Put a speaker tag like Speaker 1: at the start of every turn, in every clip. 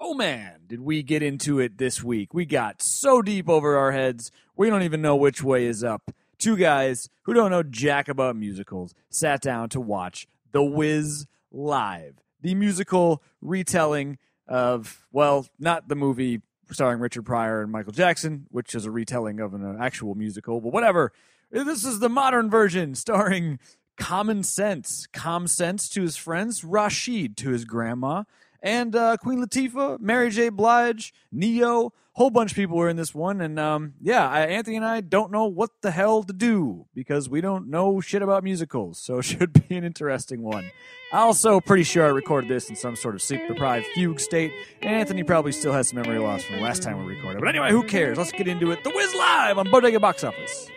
Speaker 1: oh man, did we get into it this week? We got so deep over our heads, we don't even know which way is up. Two guys who don't know jack about musicals sat down to watch The Wiz Live, the musical retelling of, well, not the movie starring Richard Pryor and Michael Jackson, which is a retelling of an uh, actual musical, but whatever. This is the modern version starring Common Sense, Com Sense to his friends, Rashid to his grandma, and uh, Queen Latifah, Mary J. Blige, Neo, whole bunch of people were in this one, and um, yeah, I, Anthony and I don't know what the hell to do because we don't know shit about musicals, so it should be an interesting one. I also pretty sure I recorded this in some sort of sleep deprived fugue state, and Anthony probably still has some memory loss from the last time we recorded. But anyway, who cares? Let's get into it. The Wiz Live on Bodega Box Office.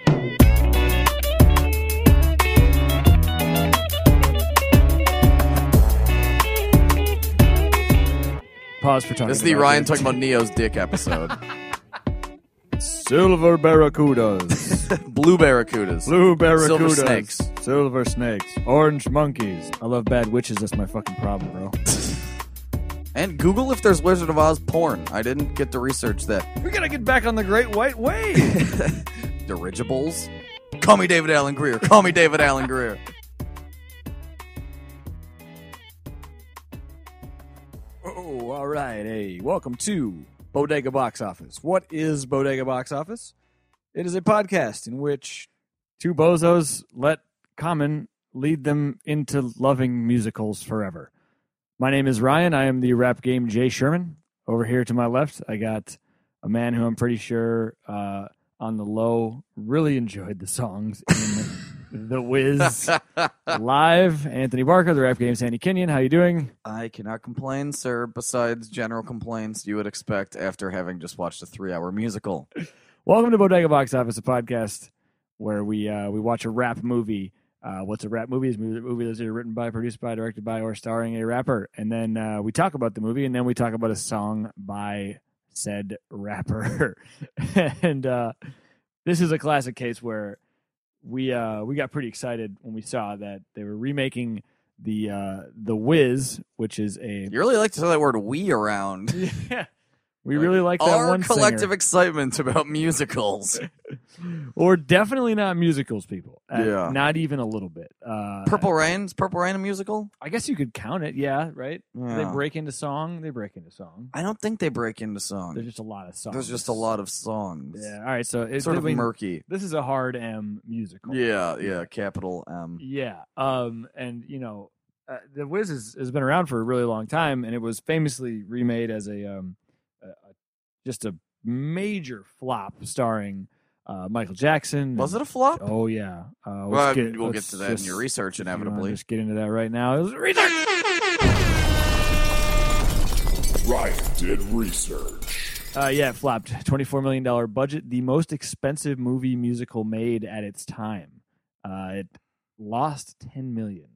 Speaker 1: Pause for time.
Speaker 2: This is the Ryan talking about Neo's dick episode.
Speaker 1: Silver barracudas,
Speaker 2: Blue barracudas.
Speaker 1: blue barracudas,
Speaker 2: Silver snakes.
Speaker 1: silver snakes, orange monkeys. I love bad witches. That's my fucking problem, bro.
Speaker 2: And Google if there's Wizard of Oz porn. I didn't get to research that.
Speaker 1: We gotta get back on the Great White Way.
Speaker 2: Dirigibles? Call me David Allen Greer. Call me David Allen Greer.
Speaker 1: oh, all right. Hey, welcome to Bodega Box Office. What is Bodega Box Office? It is a podcast in which two bozos let Common lead them into loving musicals forever. My name is Ryan. I am the rap game Jay Sherman. Over here to my left, I got a man who I'm pretty sure uh, on the low really enjoyed the songs in The Wiz live. Anthony Barker, the rap game Sandy Kenyon. How you doing?
Speaker 2: I cannot complain, sir, besides general complaints you would expect after having just watched a three hour musical.
Speaker 1: Welcome to Bodega Box Office, a podcast where we uh, we watch a rap movie. Uh, what's a rap movie? Is a movie- movie that's either written by, produced by, directed by, or starring a rapper, and then uh, we talk about the movie, and then we talk about a song by said rapper. and uh, this is a classic case where we uh, we got pretty excited when we saw that they were remaking the uh, the Wiz, which is a
Speaker 2: You really like to throw that word we around.
Speaker 1: yeah. We
Speaker 2: Like,
Speaker 1: really like that
Speaker 2: Our
Speaker 1: one
Speaker 2: collective
Speaker 1: singer. Uh,
Speaker 2: excitement about musicals.
Speaker 1: or definitely not musicals people Uh,
Speaker 2: Yeah.
Speaker 1: not even a little bit uh
Speaker 2: Purple Rain? Is Purple Rain a musical?
Speaker 1: i guess you could count it yeah right they
Speaker 2: Yeah.
Speaker 1: break into song they break into song
Speaker 2: I don't think they break into song.
Speaker 1: there's just a lot of songs
Speaker 2: There's just a lot of songs.
Speaker 1: yeah all right so it's
Speaker 2: Sort of
Speaker 1: I mean,
Speaker 2: murky.
Speaker 1: this is a hard m musical
Speaker 2: Yeah, yeah, capital M.
Speaker 1: yeah um and you know uh, the wiz has, has been around for a really long time and it was famously remade as a um a, a- just a major flop starring uh michael jackson
Speaker 2: Was
Speaker 1: and-
Speaker 2: it a flop?
Speaker 1: Oh yeah. Uh,
Speaker 2: well, I
Speaker 1: let's
Speaker 2: mean, we'll get
Speaker 1: let's
Speaker 2: to that in your
Speaker 1: just-
Speaker 2: research
Speaker 1: if you wanna
Speaker 2: inevitably.
Speaker 1: Just get into that right now. It was research.
Speaker 3: Ryan did research.
Speaker 1: Uh, yeah, it flopped. Twenty-four million dollar budget, the most expensive movie musical made at its time. Uh, it lost ten million.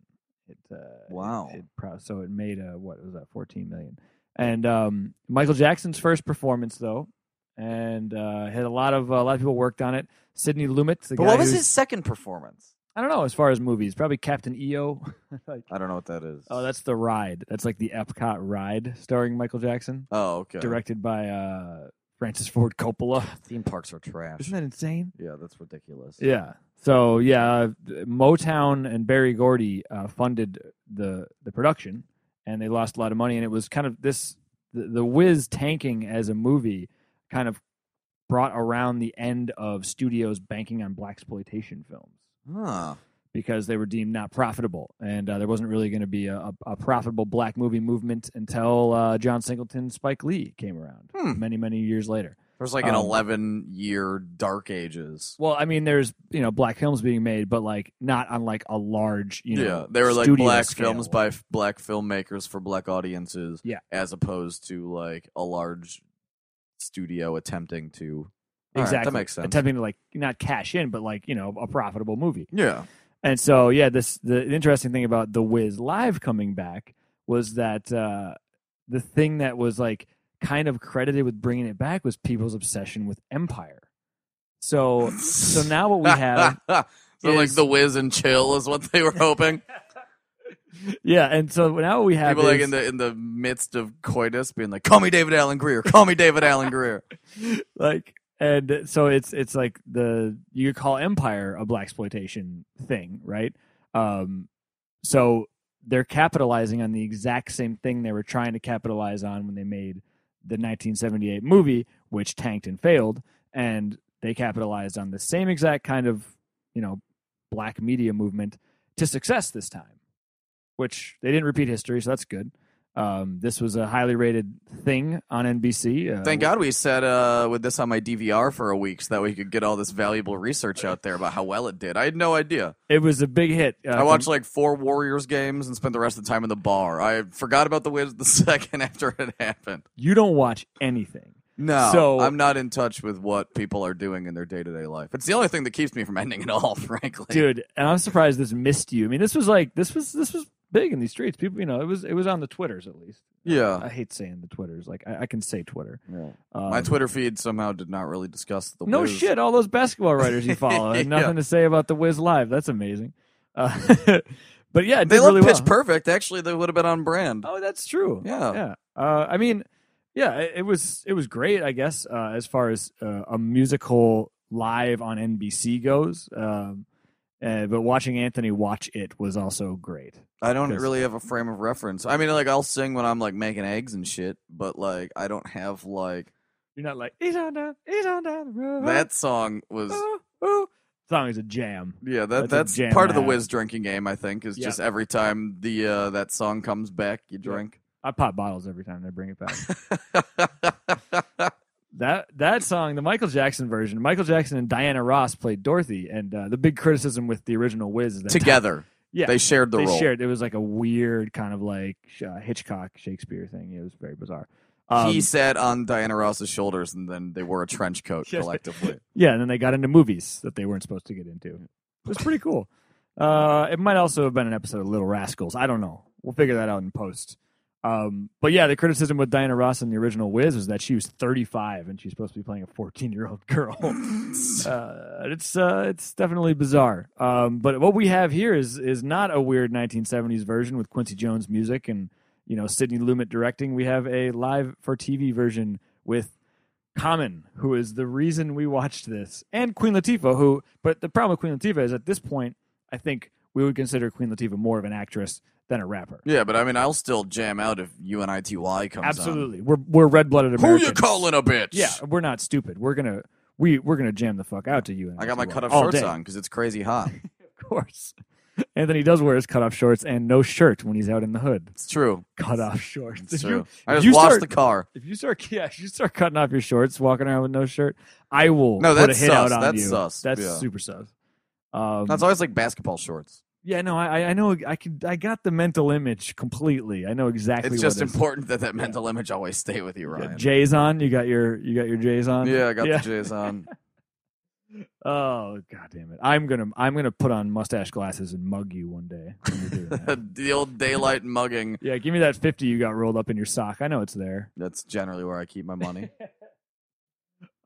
Speaker 1: It uh,
Speaker 2: Wow.
Speaker 1: It, it pro- so it made a what was that fourteen million? And um, Michael Jackson's first performance though, and uh, had a lot of a lot of people worked on it. Sidney Lumet, the
Speaker 2: But
Speaker 1: guy
Speaker 2: what was
Speaker 1: who's-
Speaker 2: his second performance?
Speaker 1: I don't know as far as movies, probably Captain E EO. like,
Speaker 2: I don't know what that is.
Speaker 1: Oh, that's the ride. That's like the Epcot ride starring Michael Jackson,
Speaker 2: Oh, okay.
Speaker 1: directed by uh, Francis Ford Coppola.
Speaker 2: Theme parks are trash.
Speaker 1: Isn't that insane?
Speaker 2: yeah, that's ridiculous.
Speaker 1: Yeah. So yeah, uh, Motown and Barry Gordy uh, funded the the production, and they lost a lot of money. And it was kind of this the, the Whiz tanking as a movie, kind of brought around the end of studios banking on black exploitation films
Speaker 2: Huh.
Speaker 1: because they were deemed not profitable, and uh, there wasn't really going to be a, a, a profitable black movie movement until uh, John Singleton, Spike Lee came around
Speaker 2: Hmm.
Speaker 1: many, many years later.
Speaker 2: There's like an
Speaker 1: Um,
Speaker 2: 11 year dark ages.
Speaker 1: Well, I mean, there's you know black films being made, but like not on like a large you know.
Speaker 2: yeah, they were like
Speaker 1: studio
Speaker 2: black
Speaker 1: scale.
Speaker 2: films by f- black filmmakers for black audiences.
Speaker 1: Yeah.
Speaker 2: as opposed to like a large studio attempting to. All right,
Speaker 1: exactly
Speaker 2: that makes sense.
Speaker 1: attempting to like not cash in, but like you know a profitable movie.
Speaker 2: yeah,
Speaker 1: And so, yeah, this the interesting thing about The Wiz Live coming back was that uh, the thing that was like kind of credited with bringing it back was people's obsession with Empire. So, so now what we have
Speaker 2: so like
Speaker 1: is-
Speaker 2: the whiz and chill is what they were hoping.
Speaker 1: yeah, and so now what we have
Speaker 2: People like
Speaker 1: is-
Speaker 2: in the in the midst of coitus being like, "Call me David Allen Greer. Call me David Allen Greer."
Speaker 1: like and so it's it's like the you could call empire a black exploitation thing right um so they're capitalizing on the exact same thing they were trying to capitalize on when they made the 1978 movie which tanked and failed and they capitalized on the same exact kind of you know black media movement to success this time which they didn't repeat history so that's good um, this was a highly rated thing on NBC. Uh,
Speaker 2: Thank God we sat uh, with this on my DVR for a week, so that we could get all this valuable research out there about how well it did. I had no idea.
Speaker 1: It was a big hit. Uh,
Speaker 2: I watched like four Warriors games and spent the rest of the time in the bar. I forgot about the Wiz the second after it happened.
Speaker 1: You don't watch anything.
Speaker 2: No,
Speaker 1: So-
Speaker 2: I'm not in touch with what people are doing in their day to day life. It's the only thing that keeps me from ending it all, frankly.
Speaker 1: Dude, and I'm surprised this missed you. I mean, this was like this was this was big in these streets. People, you know, it was it was on the Twitters at least.
Speaker 2: Yeah.
Speaker 1: I hate saying the Twitters. Like I, I can say Twitter. Um,
Speaker 2: My Twitter feed somehow did not really discuss the
Speaker 1: No
Speaker 2: Wiz.
Speaker 1: shit, all those basketball writers you follow had
Speaker 2: Yeah.
Speaker 1: nothing to say about the Wiz live. That's amazing. Uh, but yeah, it
Speaker 2: They
Speaker 1: did
Speaker 2: love
Speaker 1: really
Speaker 2: Pitch
Speaker 1: well.
Speaker 2: Perfect. Actually, they would have been on brand.
Speaker 1: Oh, that's true.
Speaker 2: Yeah.
Speaker 1: yeah. Uh, I mean, yeah, it, it was it was great, I guess, uh, as far as uh, a musical live on NBC goes. Um, uh, but watching Anthony watch it was also great.
Speaker 2: I don't
Speaker 1: 'Cause-
Speaker 2: really have a frame of reference. I mean, like I'll sing when I'm like making eggs and shit, but like I don't have like
Speaker 1: You're not like he's on down, he's on down the road.
Speaker 2: that song was.
Speaker 1: Ooh, ooh." Song is a jam.
Speaker 2: Yeah, that
Speaker 1: Uh-huh. That's a
Speaker 2: that's,
Speaker 1: jam
Speaker 2: part of the
Speaker 1: act.
Speaker 2: whiz drinking game. I think is
Speaker 1: Yeah.
Speaker 2: just every time the uh, that song comes back, you drink.
Speaker 1: I pop bottles every time they bring it back. that that song, the Michael Jackson version, Michael Jackson and Diana Ross played Dorothy, and uh, the big criticism with the original Wiz is that
Speaker 2: Together,
Speaker 1: yeah,
Speaker 2: they shared the
Speaker 1: they
Speaker 2: role.
Speaker 1: shared. It was like a weird kind of like uh, Hitchcock Shakespeare thing. It was very bizarre. Um,
Speaker 2: he sat on Diana Ross's shoulders, and then they wore a trench coat
Speaker 1: Yes.
Speaker 2: collectively.
Speaker 1: yeah, and then they got into movies that they weren't supposed to get into. It was pretty cool. Uh, it might also have been an episode of Little Rascals. I don't know. We'll figure that out in post. Um, but yeah, the criticism with Diana Ross in the original Wiz was that she was 35 and she's supposed to be playing a 14 year old girl. uh, it's uh, it's definitely bizarre. Um, but what we have here is is not a weird 1970s version with Quincy Jones music and you know Sidney Lumet directing. We have a live for TV version with Common, who is the reason we watched this, and Queen Latifah, who. But the problem with Queen Latifah is at this point, I think we would consider Queen Latifah more of an actress than a rapper.
Speaker 2: yeah, but I mean, I'll still jam out if UNITY comes
Speaker 1: Absolutely, we're we're red blooded
Speaker 2: on. Who
Speaker 1: Americans.
Speaker 2: you calling a bitch?
Speaker 1: Yeah, we're not stupid. We're gonna we we're gonna jam the fuck out to you. and
Speaker 2: I got my cut off
Speaker 1: all
Speaker 2: shorts
Speaker 1: day.
Speaker 2: on because it's crazy hot.
Speaker 1: Of course. Anthony does wear his cutoff shorts and no shirt when he's out in the hood.
Speaker 2: It's true.
Speaker 1: Cutoff shorts.
Speaker 2: It's
Speaker 1: if
Speaker 2: true.
Speaker 1: you
Speaker 2: I just
Speaker 1: you
Speaker 2: washed
Speaker 1: start-
Speaker 2: the car.
Speaker 1: if you start yeah, if you start cutting off your shorts, walking around with no shirt, I will
Speaker 2: No,
Speaker 1: put a
Speaker 2: that's
Speaker 1: hit
Speaker 2: sus.
Speaker 1: out on
Speaker 2: That's
Speaker 1: you.
Speaker 2: sus.
Speaker 1: That's
Speaker 2: Yeah.
Speaker 1: super sus. Um,
Speaker 2: That's always like basketball shorts.
Speaker 1: yeah, no, I I know I could I got the mental image completely. I know exactly.
Speaker 2: It's
Speaker 1: what
Speaker 2: just
Speaker 1: it is.
Speaker 2: important that that mental image always stay with you,
Speaker 1: You got
Speaker 2: Ryan.
Speaker 1: J's on. You got your you got your J's on.
Speaker 2: Yeah, I got
Speaker 1: Yeah.
Speaker 2: the J's on.
Speaker 1: Oh god damn it! I'm gonna I'm gonna put on mustache glasses and mug you one day. when we're doing that.
Speaker 2: the old daylight mugging.
Speaker 1: yeah, give me that fifty you got rolled up in your sock. I know it's there.
Speaker 2: That's generally where I keep my money.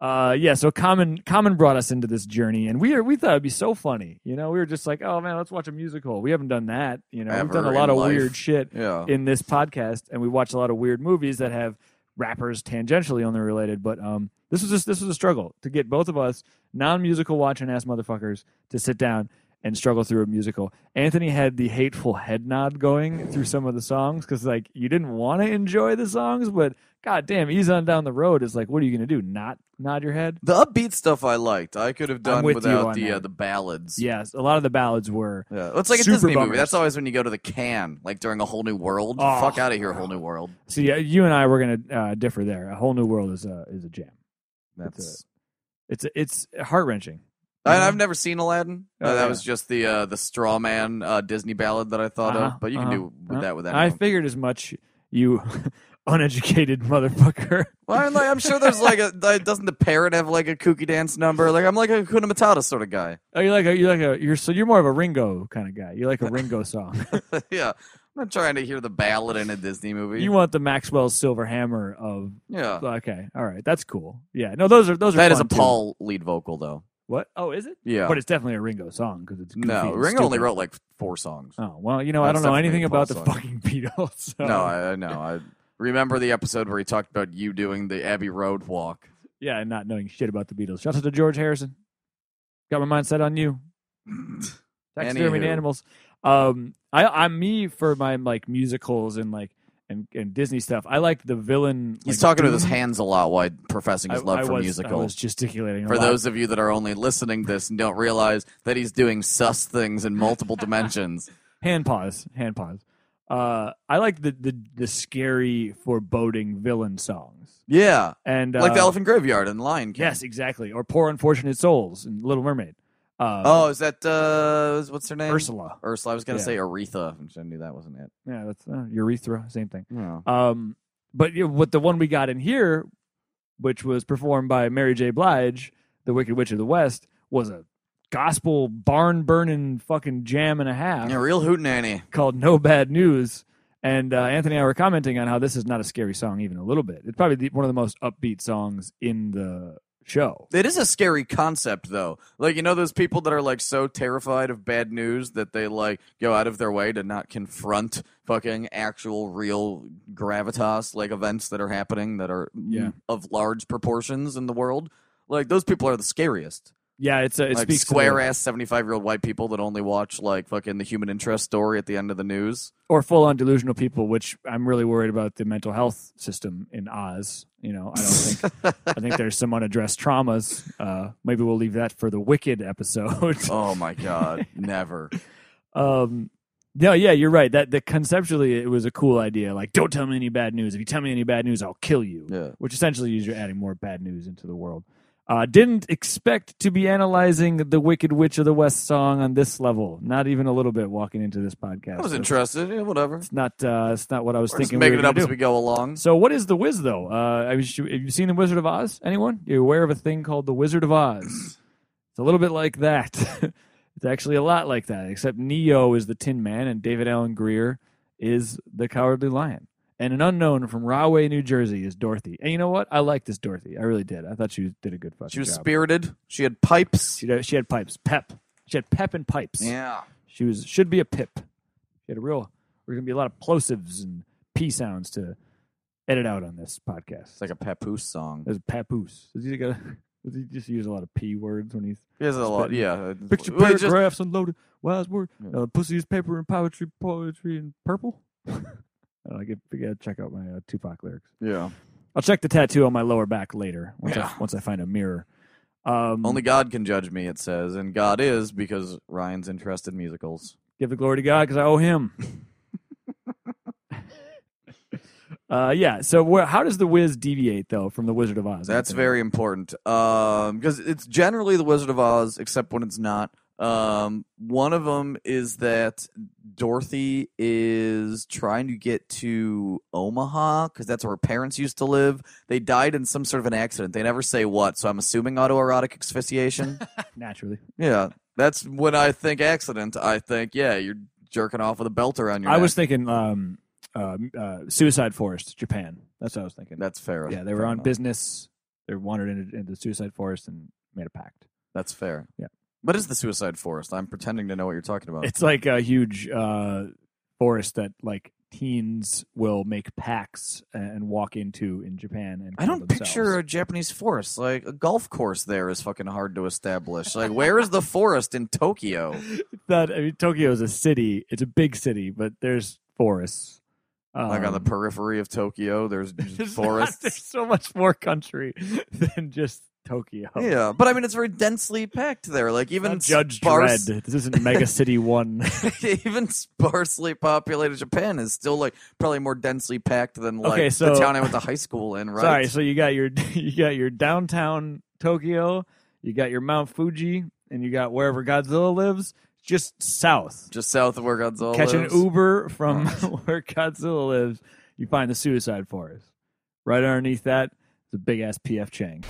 Speaker 1: Uh, yeah. So common common brought us into this journey, and we are, we thought it'd be so funny. You know, we were just like, oh man, let's watch a musical. We haven't done that. You know, we've
Speaker 2: Ever
Speaker 1: done a
Speaker 2: in
Speaker 1: lot of
Speaker 2: life.
Speaker 1: weird shit
Speaker 2: Yeah.
Speaker 1: in this podcast, and we watch a lot of weird movies that have rappers tangentially only related. But um, this was just this was a struggle to get both of us non musical watching ass motherfuckers to sit down and struggle through a musical. Anthony had the hateful head nod going through some of the songs because like you didn't want to enjoy the songs, but god damn, ease on down the road is like, what are you gonna do? Not nod your head?
Speaker 2: The upbeat stuff I liked. I could have done
Speaker 1: with you
Speaker 2: without
Speaker 1: on
Speaker 2: the
Speaker 1: that.
Speaker 2: uh, the ballads.
Speaker 1: Yes, a lot of the ballads were.
Speaker 2: Yeah. It's like a
Speaker 1: Super
Speaker 2: Disney movie.
Speaker 1: bummers.
Speaker 2: That's always when you go to the can, like during a whole new world.
Speaker 1: Oh,
Speaker 2: Fuck out of here,
Speaker 1: wow.
Speaker 2: whole new world.
Speaker 1: So yeah, uh, you and I were gonna uh, differ there. A whole new world is a is a jam.
Speaker 2: That's.
Speaker 1: It's it's heart wrenching.
Speaker 2: I, I've never seen Aladdin. Uh,
Speaker 1: Oh,
Speaker 2: that
Speaker 1: yeah.
Speaker 2: was just the uh, the straw man uh, Disney ballad that I thought
Speaker 1: Uh-huh,
Speaker 2: of. But you
Speaker 1: uh-huh,
Speaker 2: can do with
Speaker 1: uh-huh.
Speaker 2: that with that.
Speaker 1: I figured as much, you uneducated motherfucker.
Speaker 2: well, I'm, like, I'm sure there's like a like, doesn't the parrot have like a kooky dance number? Like I'm like a Kuna Matata sort of guy.
Speaker 1: Oh, you're like a, you're like a you're so you're more of a Ringo kind of guy. You're like a Ringo song.
Speaker 2: yeah. I'm not trying to hear the ballad in a Disney movie.
Speaker 1: you want the Maxwell Silver Hammer of
Speaker 2: yeah.
Speaker 1: okay, all right, that's cool. Yeah, no, those are those are
Speaker 2: That is a
Speaker 1: fun, too.
Speaker 2: Paul lead vocal though.
Speaker 1: What? Oh, is it?
Speaker 2: Yeah.
Speaker 1: But it's definitely a Ringo song because it's goofy
Speaker 2: no,
Speaker 1: and
Speaker 2: Ringo only
Speaker 1: stupid.
Speaker 2: wrote like four songs.
Speaker 1: Oh well, you know I
Speaker 2: That's
Speaker 1: don't know
Speaker 2: definitely
Speaker 1: anything
Speaker 2: a
Speaker 1: about the
Speaker 2: Paul song.
Speaker 1: fucking Beatles. so-
Speaker 2: No, I I know. I remember the episode where he talked about you doing the Abbey Road walk.
Speaker 1: yeah, and not knowing shit about the Beatles. Shout out to George Harrison. Got my mind set on you. Taxidermy and
Speaker 2: Anywho.
Speaker 1: animals. Um, I I'm me for my like musicals and like and, and Disney stuff. I like the villain.
Speaker 2: He's
Speaker 1: like,
Speaker 2: talking with his
Speaker 1: Doom.
Speaker 2: hands a lot while professing his
Speaker 1: I-
Speaker 2: love
Speaker 1: I
Speaker 2: for
Speaker 1: was- I
Speaker 2: musicals.
Speaker 1: was gesticulating. a
Speaker 2: For
Speaker 1: lot.
Speaker 2: those of you that are only listening to this and don't realize that he's doing sus things in multiple dimensions.
Speaker 1: hand pause, hand pause. Uh, I like the the the scary, foreboding villain songs
Speaker 2: Yeah.
Speaker 1: and
Speaker 2: like
Speaker 1: uh,
Speaker 2: the Elephant Graveyard and Lion King.
Speaker 1: Yes, exactly. Or poor unfortunate souls and Little Mermaid. Uh,
Speaker 2: Oh, is that uh is- what's her name?
Speaker 1: Ursula.
Speaker 2: Ursula. I was gonna
Speaker 1: Yeah.
Speaker 2: say Aretha, which I knew that wasn't it.
Speaker 1: Yeah, that's uh, urethra, same thing.
Speaker 2: No.
Speaker 1: Um, but you know, what the one we got in here, which was performed by Mary J. Blige, the Wicked Witch of the West, was a gospel barn burning fucking jam and a half
Speaker 2: Yeah, real hootenanny.
Speaker 1: called No Bad News. And uh, Anthony and I were commenting on how this is not a scary song even a little bit. It's probably the, one of the most upbeat songs in the show.
Speaker 2: It is a scary concept, though. Like, you know, those people that are like so terrified of bad news that they like go out of their way to not confront fucking actual real gravitas, like events that are happening that are
Speaker 1: Yeah.
Speaker 2: of large proportions in the world. Like, those people are the scariest.
Speaker 1: Yeah, it's a it
Speaker 2: like,
Speaker 1: speaks to the-
Speaker 2: square ass 75 year old white people that only watch like fucking the human interest story at the end of the news.
Speaker 1: or full on delusional people, which I'm really worried about the mental health system in Oz. You know, I don't think I think there's some unaddressed traumas. Uh, maybe we'll leave that for the Wicked episode.
Speaker 2: Oh my God. never. Oh.
Speaker 1: Um, no, yeah, you're right. That that conceptually it was a cool idea. Like, don't tell me any bad news. If you tell me any bad news, I'll kill you.
Speaker 2: Yeah.
Speaker 1: Which essentially is you're adding more bad news into the world. Uh, didn't expect to be analyzing the Wicked Witch of the West song on this level. Not even a little bit walking into this podcast.
Speaker 2: I was
Speaker 1: That's-
Speaker 2: interested. Yeah, whatever.
Speaker 1: It's not. Uh, it's not what I was
Speaker 2: We're just
Speaker 1: thinking. we
Speaker 2: making
Speaker 1: were
Speaker 2: it up
Speaker 1: gonna
Speaker 2: as
Speaker 1: do.
Speaker 2: we go along.
Speaker 1: So, what is the Wiz though? Uh, I mean, should- have you seen the Wizard of Oz? Anyone? You aware of a thing called the Wizard of Oz? It's a little bit like that. it's actually a lot like that, except Neo is the Tin Man and David Allen Greer is the Cowardly Lion. And an unknown from Rahway, New Jersey, is Dorothy. And you know what? I like this Dorothy. I really did. I thought she did a good fucking
Speaker 2: She was
Speaker 1: job.
Speaker 2: spirited. She had pipes.
Speaker 1: she, had, she had pipes. Pep. She had pep and pipes.
Speaker 2: Yeah.
Speaker 1: She was should be a pip. She had a real. We're gonna be a lot of plosives and p sounds to edit out on this podcast.
Speaker 2: It's like a papoose song.
Speaker 1: As papoose. Does he, got does he just use a lot of P words when he's.
Speaker 2: He has a lot.
Speaker 1: Spit-
Speaker 2: Yeah.
Speaker 1: Picture
Speaker 2: Well, it just-
Speaker 1: paragraphs unloaded, wise word,
Speaker 2: Yeah.
Speaker 1: uh, pussy's paper and poetry, poetry and purple. I don't know, I get- I gotta check out my uh, Tupac lyrics.
Speaker 2: yeah.
Speaker 1: I'll check the tattoo on my lower back later once,
Speaker 2: Yeah.
Speaker 1: I, once I find a mirror. Um,
Speaker 2: Only God can judge me. It says, and God is because Ryan's interested in musicals.
Speaker 1: give the glory to God because I owe him. uh, yeah. So where, how does the Wiz deviate though from the Wizard of Oz?
Speaker 2: That's
Speaker 1: Anthony?
Speaker 2: very important because it's generally The Wizard of Oz, except when it's not. Um, one of them is that Dorothy is trying to get to Omaha because that's where her parents used to live. They died in some sort of an accident. They never say what, so I'm assuming autoerotic asphyxiation.
Speaker 1: naturally.
Speaker 2: yeah, that's when I think accident. I think yeah, you're jerking off with a belt around your.
Speaker 1: I
Speaker 2: neck.
Speaker 1: was thinking um, uh, uh, Suicide Forest, Japan. That's what I was thinking.
Speaker 2: That's fair.
Speaker 1: yeah, they were
Speaker 2: Fair
Speaker 1: on
Speaker 2: enough.
Speaker 1: business. They wandered into, into Suicide Forest and made a pact.
Speaker 2: That's fair.
Speaker 1: Yeah.
Speaker 2: What is the suicide forest? I'm pretending to know what you're talking about.
Speaker 1: It's like a huge uh, forest that like teens will make pacts and walk into in Japan. And
Speaker 2: I
Speaker 1: kill
Speaker 2: don't picture
Speaker 1: themselves.
Speaker 2: a Japanese forest. Like a golf course there is fucking hard to establish. Like where is the forest in Tokyo?
Speaker 1: that. I mean, Tokyo is a city. It's a big city, but there's forests.
Speaker 2: like on the
Speaker 1: Um,
Speaker 2: periphery of Tokyo, there's just
Speaker 1: there's not- there's
Speaker 2: forests.
Speaker 1: so much more country than just Tokyo.
Speaker 2: Yeah, but I mean it's very densely packed there. Like even
Speaker 1: Not Judge
Speaker 2: sparse,
Speaker 1: Dredd. This isn't Mega City One.
Speaker 2: even sparsely populated Japan is still like probably more densely packed than like
Speaker 1: Okay, so-
Speaker 2: the town I went to high school in. Right?
Speaker 1: Sorry, so you got your you got your downtown Tokyo, you got your Mount Fuji, and you got wherever Godzilla lives, just south.
Speaker 2: just south of where Godzilla
Speaker 1: Catch
Speaker 2: lives.
Speaker 1: an Uber from where Godzilla lives, you find the Suicide Forest. Right underneath that is a big ass PF Chang.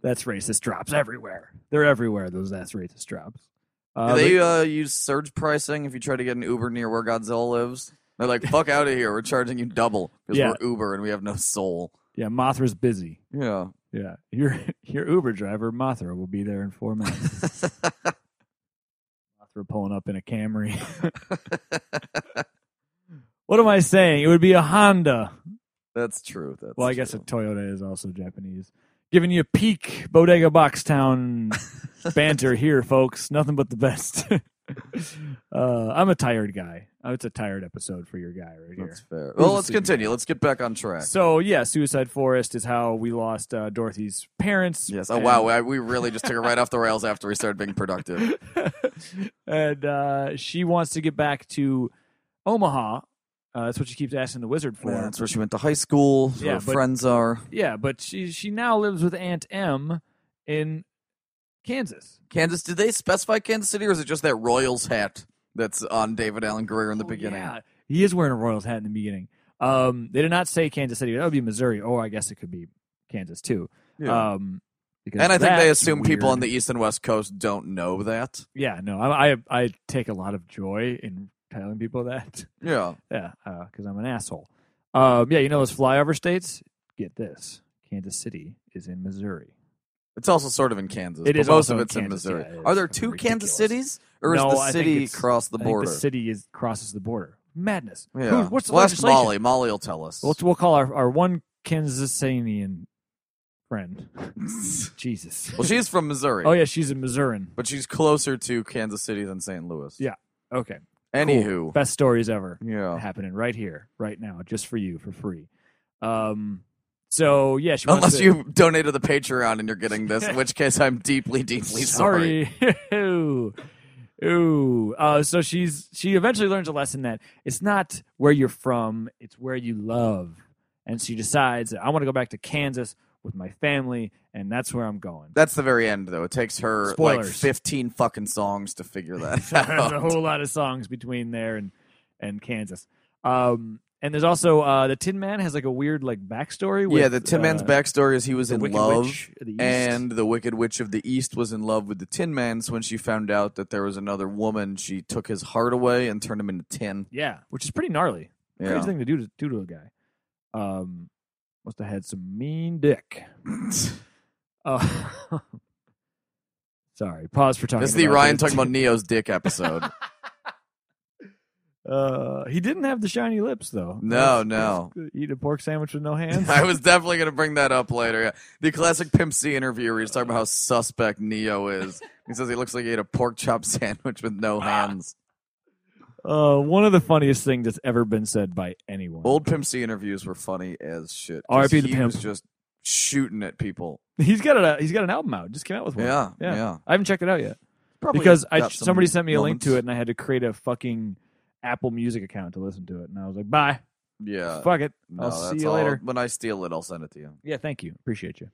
Speaker 1: That's racist drops everywhere. They're everywhere. Those ass racist drops.
Speaker 2: Do
Speaker 1: Uh,
Speaker 2: they
Speaker 1: they-
Speaker 2: uh, use surge pricing if you try to get an Uber near where Godzilla lives? They're like, fuck out of here. We're charging you double because
Speaker 1: Yeah.
Speaker 2: we're Uber and we have no soul.
Speaker 1: Yeah, Mothra's busy.
Speaker 2: Yeah.
Speaker 1: Yeah, your your Uber driver Mothra will be there in four minutes. Mothra pulling up in a Camry. what am I saying? It would be a Honda.
Speaker 2: That's true. That's
Speaker 1: well, I guess a
Speaker 2: true.
Speaker 1: Toyota is also Japanese. Giving you a peak Bodega Box Town banter here, folks. Nothing but the best. uh, I'm a tired guy. Oh, it's a tired episode for your guy right here.
Speaker 2: That's fair.
Speaker 1: We'll
Speaker 2: Well,
Speaker 1: just
Speaker 2: let's
Speaker 1: leave it
Speaker 2: continue. Let's get back on track.
Speaker 1: So yeah, Suicide Forest is how we lost uh, Dorothy's parents.
Speaker 2: Yes. Oh
Speaker 1: and-
Speaker 2: wow, I- we really just took it right off the rails after we started being productive.
Speaker 1: and uh, she wants to get back to Omaha. Uh, that's what she keeps asking the wizard for.
Speaker 2: Yeah, that's where she went to high school. that's where
Speaker 1: Yeah,
Speaker 2: her
Speaker 1: but-
Speaker 2: friends are
Speaker 1: Yeah, but she she now lives with Aunt M in Kansas.
Speaker 2: Kansas. Did they specify Kansas City, or is it just that Royals hat that's on David Allen Greer in the
Speaker 1: Oh,
Speaker 2: beginning?
Speaker 1: yeah. he is wearing a Royals hat in the beginning. Um, they did not say Kansas City. That would be Missouri, or I guess it could be Kansas too.
Speaker 2: Yeah.
Speaker 1: Um, because
Speaker 2: and I think they
Speaker 1: that's
Speaker 2: assume people
Speaker 1: weird.
Speaker 2: on the east and west coast don't know that.
Speaker 1: yeah no I, I I take a lot of joy in telling people that
Speaker 2: Yeah.
Speaker 1: Yeah, because I'm an asshole. Um, yeah, you know those flyover states? Get this. Kansas City is in Missouri.
Speaker 2: It's also sort of in Kansas.
Speaker 1: It
Speaker 2: but
Speaker 1: is
Speaker 2: most
Speaker 1: also
Speaker 2: of
Speaker 1: in
Speaker 2: it's in,
Speaker 1: Kansas,
Speaker 2: Missouri.
Speaker 1: yeah, it
Speaker 2: Are
Speaker 1: is
Speaker 2: there
Speaker 1: fucking
Speaker 2: two Kansas
Speaker 1: ridiculous.
Speaker 2: cities, or
Speaker 1: No,
Speaker 2: is
Speaker 1: I think
Speaker 2: the city
Speaker 1: it's-
Speaker 2: cross
Speaker 1: I
Speaker 2: the
Speaker 1: think
Speaker 2: border?
Speaker 1: the city is crosses the border. Madness.
Speaker 2: yeah.
Speaker 1: Who- what's the
Speaker 2: We'll ask
Speaker 1: legislation?
Speaker 2: Molly. Molly will tell us.
Speaker 1: We'll, we'll call our, our one Kansasian friend. Jesus.
Speaker 2: well, she's from Missouri,
Speaker 1: Oh yeah, she's a Missourian.
Speaker 2: but she's closer to Kansas City than St. Louis.
Speaker 1: Yeah. Okay.
Speaker 2: Anywho. Oh.
Speaker 1: Best stories ever.
Speaker 2: Yeah.
Speaker 1: Happening right here, right now, just for you, for free. Um. So yeah, she wants
Speaker 2: Unless
Speaker 1: to-
Speaker 2: you donated the Patreon and you're getting this, in which case I'm deeply, deeply sorry.
Speaker 1: Ooh. Ooh. Uh, so she's she eventually learns a lesson that it's not where you're from, it's where you love. And she decides that I want to go back to Kansas with my family, and that's where I'm going.
Speaker 2: That's the very end, though. It takes her like
Speaker 1: Spoilers.
Speaker 2: 15 fucking songs to figure that
Speaker 1: there's a
Speaker 2: out.
Speaker 1: whole lot of songs between there and and Kansas. Um, and there's also uh, the Tin Man has like a weird like backstory. With,
Speaker 2: yeah, the Tin Man's
Speaker 1: uh,
Speaker 2: backstory is he was
Speaker 1: the
Speaker 2: in
Speaker 1: Wicked
Speaker 2: love,
Speaker 1: Witch of the East.
Speaker 2: and the Wicked Witch of the East was in love with the Tin Man. So when she found out that there was another woman, she took his heart away and turned him into tin.
Speaker 1: yeah, which is pretty gnarly. Crazy
Speaker 2: Yeah.
Speaker 1: thing to do to do to a guy. Um, must have had some mean dick. Oh, sorry. Pause for talking.
Speaker 2: This is the
Speaker 1: about
Speaker 2: Ryan
Speaker 1: it.
Speaker 2: talking about Neo's dick episode.
Speaker 1: Uh, he didn't have the shiny lips though.
Speaker 2: No,
Speaker 1: That's-
Speaker 2: no.
Speaker 1: that's- uh, Eat a pork sandwich with no hands.
Speaker 2: I was definitely going to bring that up later. Yeah. The classic Pimp C interview where he's talking about how suspect Neo is. He says he looks like he ate a pork chop sandwich with no
Speaker 1: Ah,
Speaker 2: hands.
Speaker 1: Uh, one of the funniest things that's ever been said by anyone.
Speaker 2: Old Pimp C interviews were funny as shit. 'cause
Speaker 1: R.I.P. the
Speaker 2: He
Speaker 1: pimp.
Speaker 2: was just shooting at people.
Speaker 1: He's got a he's got an album out. Just came out with one.
Speaker 2: Yeah,
Speaker 1: Yeah.
Speaker 2: yeah.
Speaker 1: I haven't checked it out yet
Speaker 2: Probably
Speaker 1: because I
Speaker 2: got some
Speaker 1: somebody sent me a
Speaker 2: moments.
Speaker 1: link to it and I had to create a fucking Apple Music account to listen to it and I was like, bye,
Speaker 2: Yeah.
Speaker 1: fuck it.
Speaker 2: Uh, No,
Speaker 1: I'll see
Speaker 2: that's
Speaker 1: you
Speaker 2: all.
Speaker 1: later.
Speaker 2: When I steal it, I'll send it to you.
Speaker 1: Yeah, thank you, appreciate you.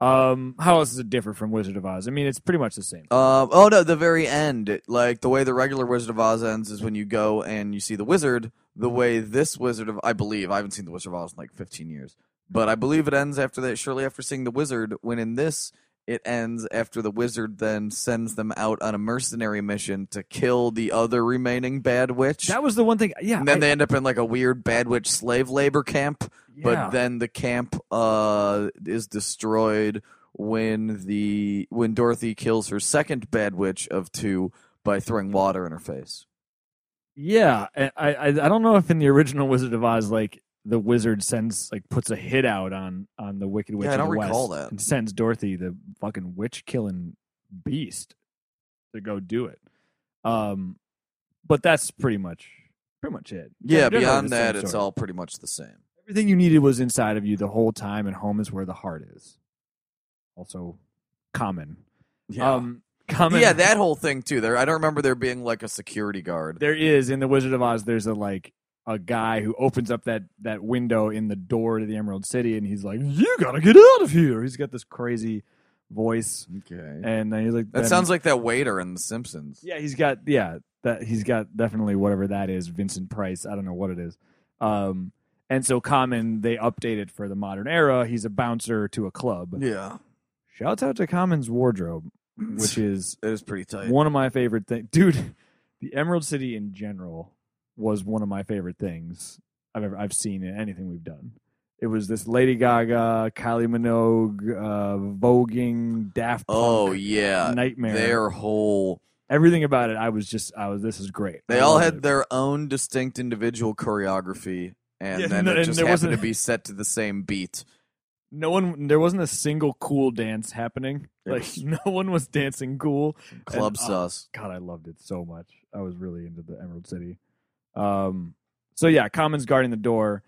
Speaker 1: Um, how else does it differ from Wizard of Oz? I mean, it's pretty much the same.
Speaker 2: Um, oh no, the very end. It- Like the way the regular Wizard of Oz ends is when you go and you see the wizard. The way this Wizard of I believe I haven't seen the Wizard of Oz in like 15 years, but I believe it ends after that. Shortly after seeing the wizard, when in this it ends after the wizard then sends them out on a mercenary mission to kill the other remaining bad witch.
Speaker 1: That was the one thing. Yeah,
Speaker 2: and then
Speaker 1: I-
Speaker 2: they end up in like a weird bad witch slave labor camp.
Speaker 1: yeah.
Speaker 2: but then the camp uh, is destroyed when the when Dorothy kills her second bad witch of two by throwing water in her face.
Speaker 1: Yeah, I, I I don't know if in the original Wizard of Oz, like the wizard sends like puts a hit out on on the Wicked Witch.
Speaker 2: Yeah, I
Speaker 1: of the
Speaker 2: don't recall
Speaker 1: West
Speaker 2: that.
Speaker 1: And sends Dorothy, the fucking witch killing beast, to go do it. Um, but that's pretty much pretty much it.
Speaker 2: Yeah,
Speaker 1: Generally
Speaker 2: beyond
Speaker 1: the same
Speaker 2: that, it's
Speaker 1: story.
Speaker 2: all pretty much the same.
Speaker 1: everything you needed was inside of you the whole time, and home is where the heart is. Also, common. Um, common.
Speaker 2: yeah, that whole thing too. There, I don't remember there being like a security guard.
Speaker 1: There is in the Wizard of Oz. There's a like a guy who opens up that that window in the door to the Emerald City, and he's like, "You gotta get out of here." He's got this crazy voice,
Speaker 2: Okay,
Speaker 1: and then he's like,
Speaker 2: that
Speaker 1: then-
Speaker 2: sounds like that waiter in The Simpsons.
Speaker 1: yeah." He's got yeah that he's got definitely whatever that is, Vincent Price. I don't know what it is. Um, and so Common they update it for the modern era. He's a bouncer to a club.
Speaker 2: yeah,
Speaker 1: Shouts out to Common's wardrobe, which is
Speaker 2: it is pretty tight.
Speaker 1: one of my favorite things, dude. The Emerald City in general was one of my favorite things I've ever I've seen in anything we've done. It was this Lady Gaga, Kylie Minogue, uh, voguing Daft Punk
Speaker 2: Oh yeah,
Speaker 1: nightmare.
Speaker 2: their whole
Speaker 1: Everything about it, I was just, I was. This is great.
Speaker 2: they
Speaker 1: I
Speaker 2: all
Speaker 1: loved
Speaker 2: had
Speaker 1: it.
Speaker 2: their own distinct individual choreography, and
Speaker 1: Yeah,
Speaker 2: then
Speaker 1: no,
Speaker 2: it
Speaker 1: and
Speaker 2: just
Speaker 1: there
Speaker 2: happened
Speaker 1: wasn't-
Speaker 2: to be set to the same beat.
Speaker 1: no one. There wasn't a single cool dance happening.
Speaker 2: It
Speaker 1: Like
Speaker 2: was-
Speaker 1: no one was dancing cool.
Speaker 2: Club
Speaker 1: uh,
Speaker 2: Sus.
Speaker 1: God, I loved it so much. I was really into the Emerald City. Um, so yeah, Common's guarding the door,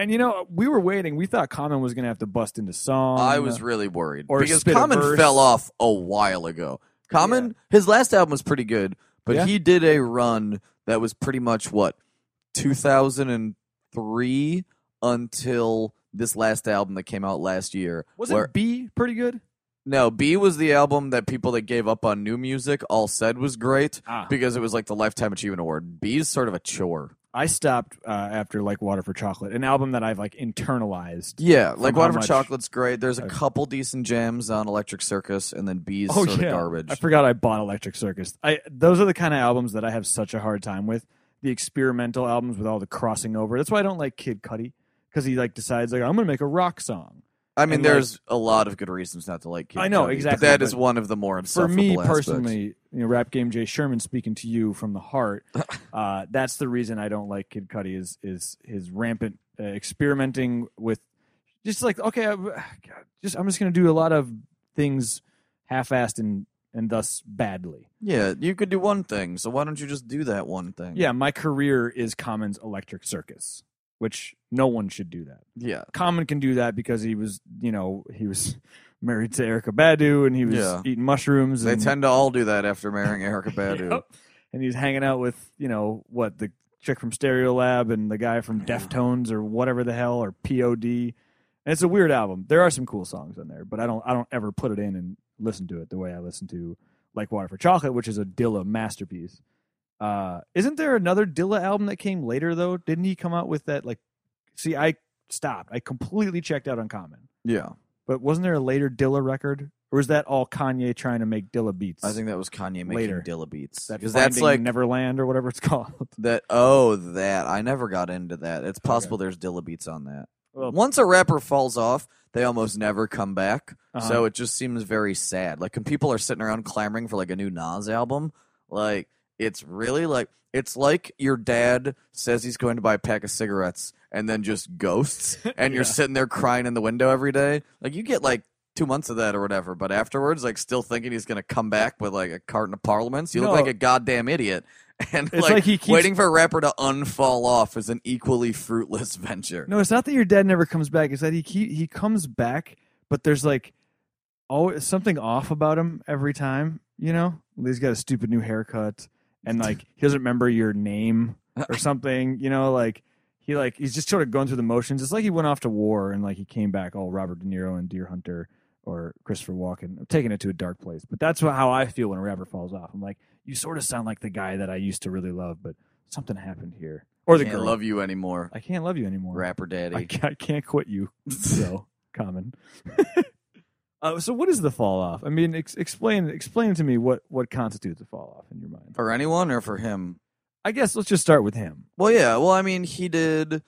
Speaker 1: and you know we were waiting. We thought Common was gonna have to bust into song.
Speaker 2: I was really worried
Speaker 1: uh, or
Speaker 2: because
Speaker 1: spit a
Speaker 2: Common
Speaker 1: verse.
Speaker 2: fell off a while ago. Common, his last album was pretty good, but
Speaker 1: Yeah.
Speaker 2: he did a run that was pretty much what 2003 until this last album that came out last year.
Speaker 1: was
Speaker 2: where-
Speaker 1: it B pretty good?
Speaker 2: no, B was the album that people that gave up on new music all said was great
Speaker 1: Ah,
Speaker 2: because it was like the Lifetime Achievement Award. B is sort of a chore.
Speaker 1: I stopped uh, after like Water for Chocolate, an album that I've like internalized.
Speaker 2: Yeah, like
Speaker 1: how
Speaker 2: Water for
Speaker 1: much?
Speaker 2: Chocolate's great. There's a
Speaker 1: Okay.
Speaker 2: couple decent jams on Electric Circus, and then B's
Speaker 1: Oh,
Speaker 2: sort
Speaker 1: yeah.
Speaker 2: of garbage.
Speaker 1: I forgot I bought Electric Circus. I those are the kind of albums that I have such a hard time with. The experimental albums with all the crossing over. That's why I don't like Kid Cudi because he like decides like I'm gonna make a rock song.
Speaker 2: I mean,
Speaker 1: And, like-
Speaker 2: there's a lot of good reasons not to like. Kid
Speaker 1: I know,
Speaker 2: Cudi, but
Speaker 1: exactly,
Speaker 2: that is
Speaker 1: but
Speaker 2: one of the more
Speaker 1: for me
Speaker 2: insufferable aspects.
Speaker 1: personally, you know, rap game Jay Sherman speaking to you from the heart. uh, that's the reason I don't like Kid Cudi is is his rampant uh, experimenting with just like okay, I, God, just I'm just gonna do a lot of things half-assed and and thus badly.
Speaker 2: Yeah, you could do one thing, so why don't you just do that one thing?
Speaker 1: Yeah, my career is Common's Electric Circus, which no one should do that.
Speaker 2: yeah.
Speaker 1: Common can do that because he was you know he was married to Erica Badu and he was
Speaker 2: Yeah.
Speaker 1: eating mushrooms.
Speaker 2: They
Speaker 1: and,
Speaker 2: tend to all do that after marrying Erica Badu.
Speaker 1: Yep. And he's hanging out with, you know, what, the chick from Stereo Lab and the guy from Deftones or whatever the hell or POD. And it's a weird album. There are some cool songs on there, but I don't I don't ever put it in and listen to it the way I listen to like Water for Chocolate, which is a Dilla masterpiece. Uh isn't there another Dilla album that came later though? Didn't he come out with that like see I stopped. I completely checked out on Common.
Speaker 2: Yeah,
Speaker 1: But wasn't there a later Dilla record? Or is that all Kanye trying to make Dilla beats?
Speaker 2: I think that was Kanye making
Speaker 1: Later.
Speaker 2: Dilla beats
Speaker 1: that
Speaker 2: because that's like
Speaker 1: Neverland or whatever it's called.
Speaker 2: that. Oh, that I never got into that. It's possible there's Dilla beats on that.
Speaker 1: Well-
Speaker 2: Once a rapper falls off, they almost never come back.
Speaker 1: Uh-huh.
Speaker 2: So it just seems very sad. Like when people are sitting around clamoring for like a new Nas album, like it's really like it's like your dad says he's going to buy a pack of cigarettes and then just ghosts and you're
Speaker 1: Yeah.
Speaker 2: sitting there crying in the window every day. Like you get like two months of that or whatever, but afterwards, like still thinking he's gonna come back with like a carton of parliaments. You look
Speaker 1: No.
Speaker 2: like a goddamn idiot. And
Speaker 1: It's
Speaker 2: like,
Speaker 1: like he keeps-
Speaker 2: waiting for a rapper to unfall off is an equally fruitless venture.
Speaker 1: No, it's not that your dad never comes back. It's that he he, he comes back, but there's like always something off about him every time. You know, he's got a stupid new haircut, and like he doesn't remember your name or something. You know, like he like he's just sort of going through the motions. It's like he went off to war and like he came back all Robert De Niro and Deer Hunter or Christopher Walken. I'm taking it to a dark place, but that's wha- how I feel when a rapper falls off. I'm like, you sort of sound like the guy that I used to really love, but something happened here, or the
Speaker 2: can't
Speaker 1: girl.
Speaker 2: love you anymore,
Speaker 1: I can't love you anymore.
Speaker 2: rapper daddy.
Speaker 1: I can't, I can't quit you. So common. uh, so what is the fall off? I mean, ex- explain explain to me what what constitutes a fall off in your mind.
Speaker 2: For anyone or for him?
Speaker 1: I guess let's just start with him.
Speaker 2: Well, yeah. Well, I mean, he did.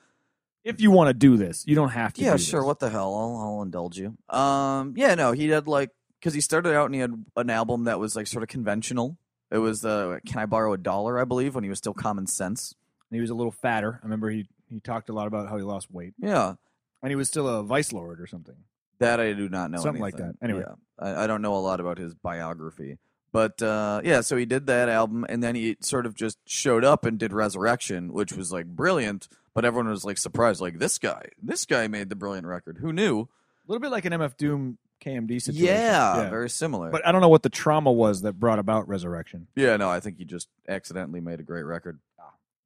Speaker 1: If you want to do this, you don't have to.
Speaker 2: Yeah,
Speaker 1: do
Speaker 2: sure.
Speaker 1: this.
Speaker 2: What the hell? I'll, I'll indulge you. Um, yeah, no, he had like because he started out and he had an album that was like sort of conventional. It was the "Can I Borrow a Dollar?" I believe when he was still Common Sense.
Speaker 1: And he was a little fatter. I remember he he talked a lot about how he lost weight,
Speaker 2: Yeah,
Speaker 1: and he was still a vice lord or something.
Speaker 2: that I do not know.
Speaker 1: Something like
Speaker 2: anything.
Speaker 1: that. Anyway.
Speaker 2: yeah, I, I don't know a lot about his biography, but uh, yeah, so he did that album, and then he sort of just showed up and did Resurrection, which was like brilliant. But everyone was like surprised, like this guy, this guy made the brilliant record. Who knew?
Speaker 1: A little bit like an MF Doom KMD situation.
Speaker 2: Yeah, very similar.
Speaker 1: but I don't know what the trauma was that brought about resurrection.
Speaker 2: yeah, no, I think he just accidentally made a great record.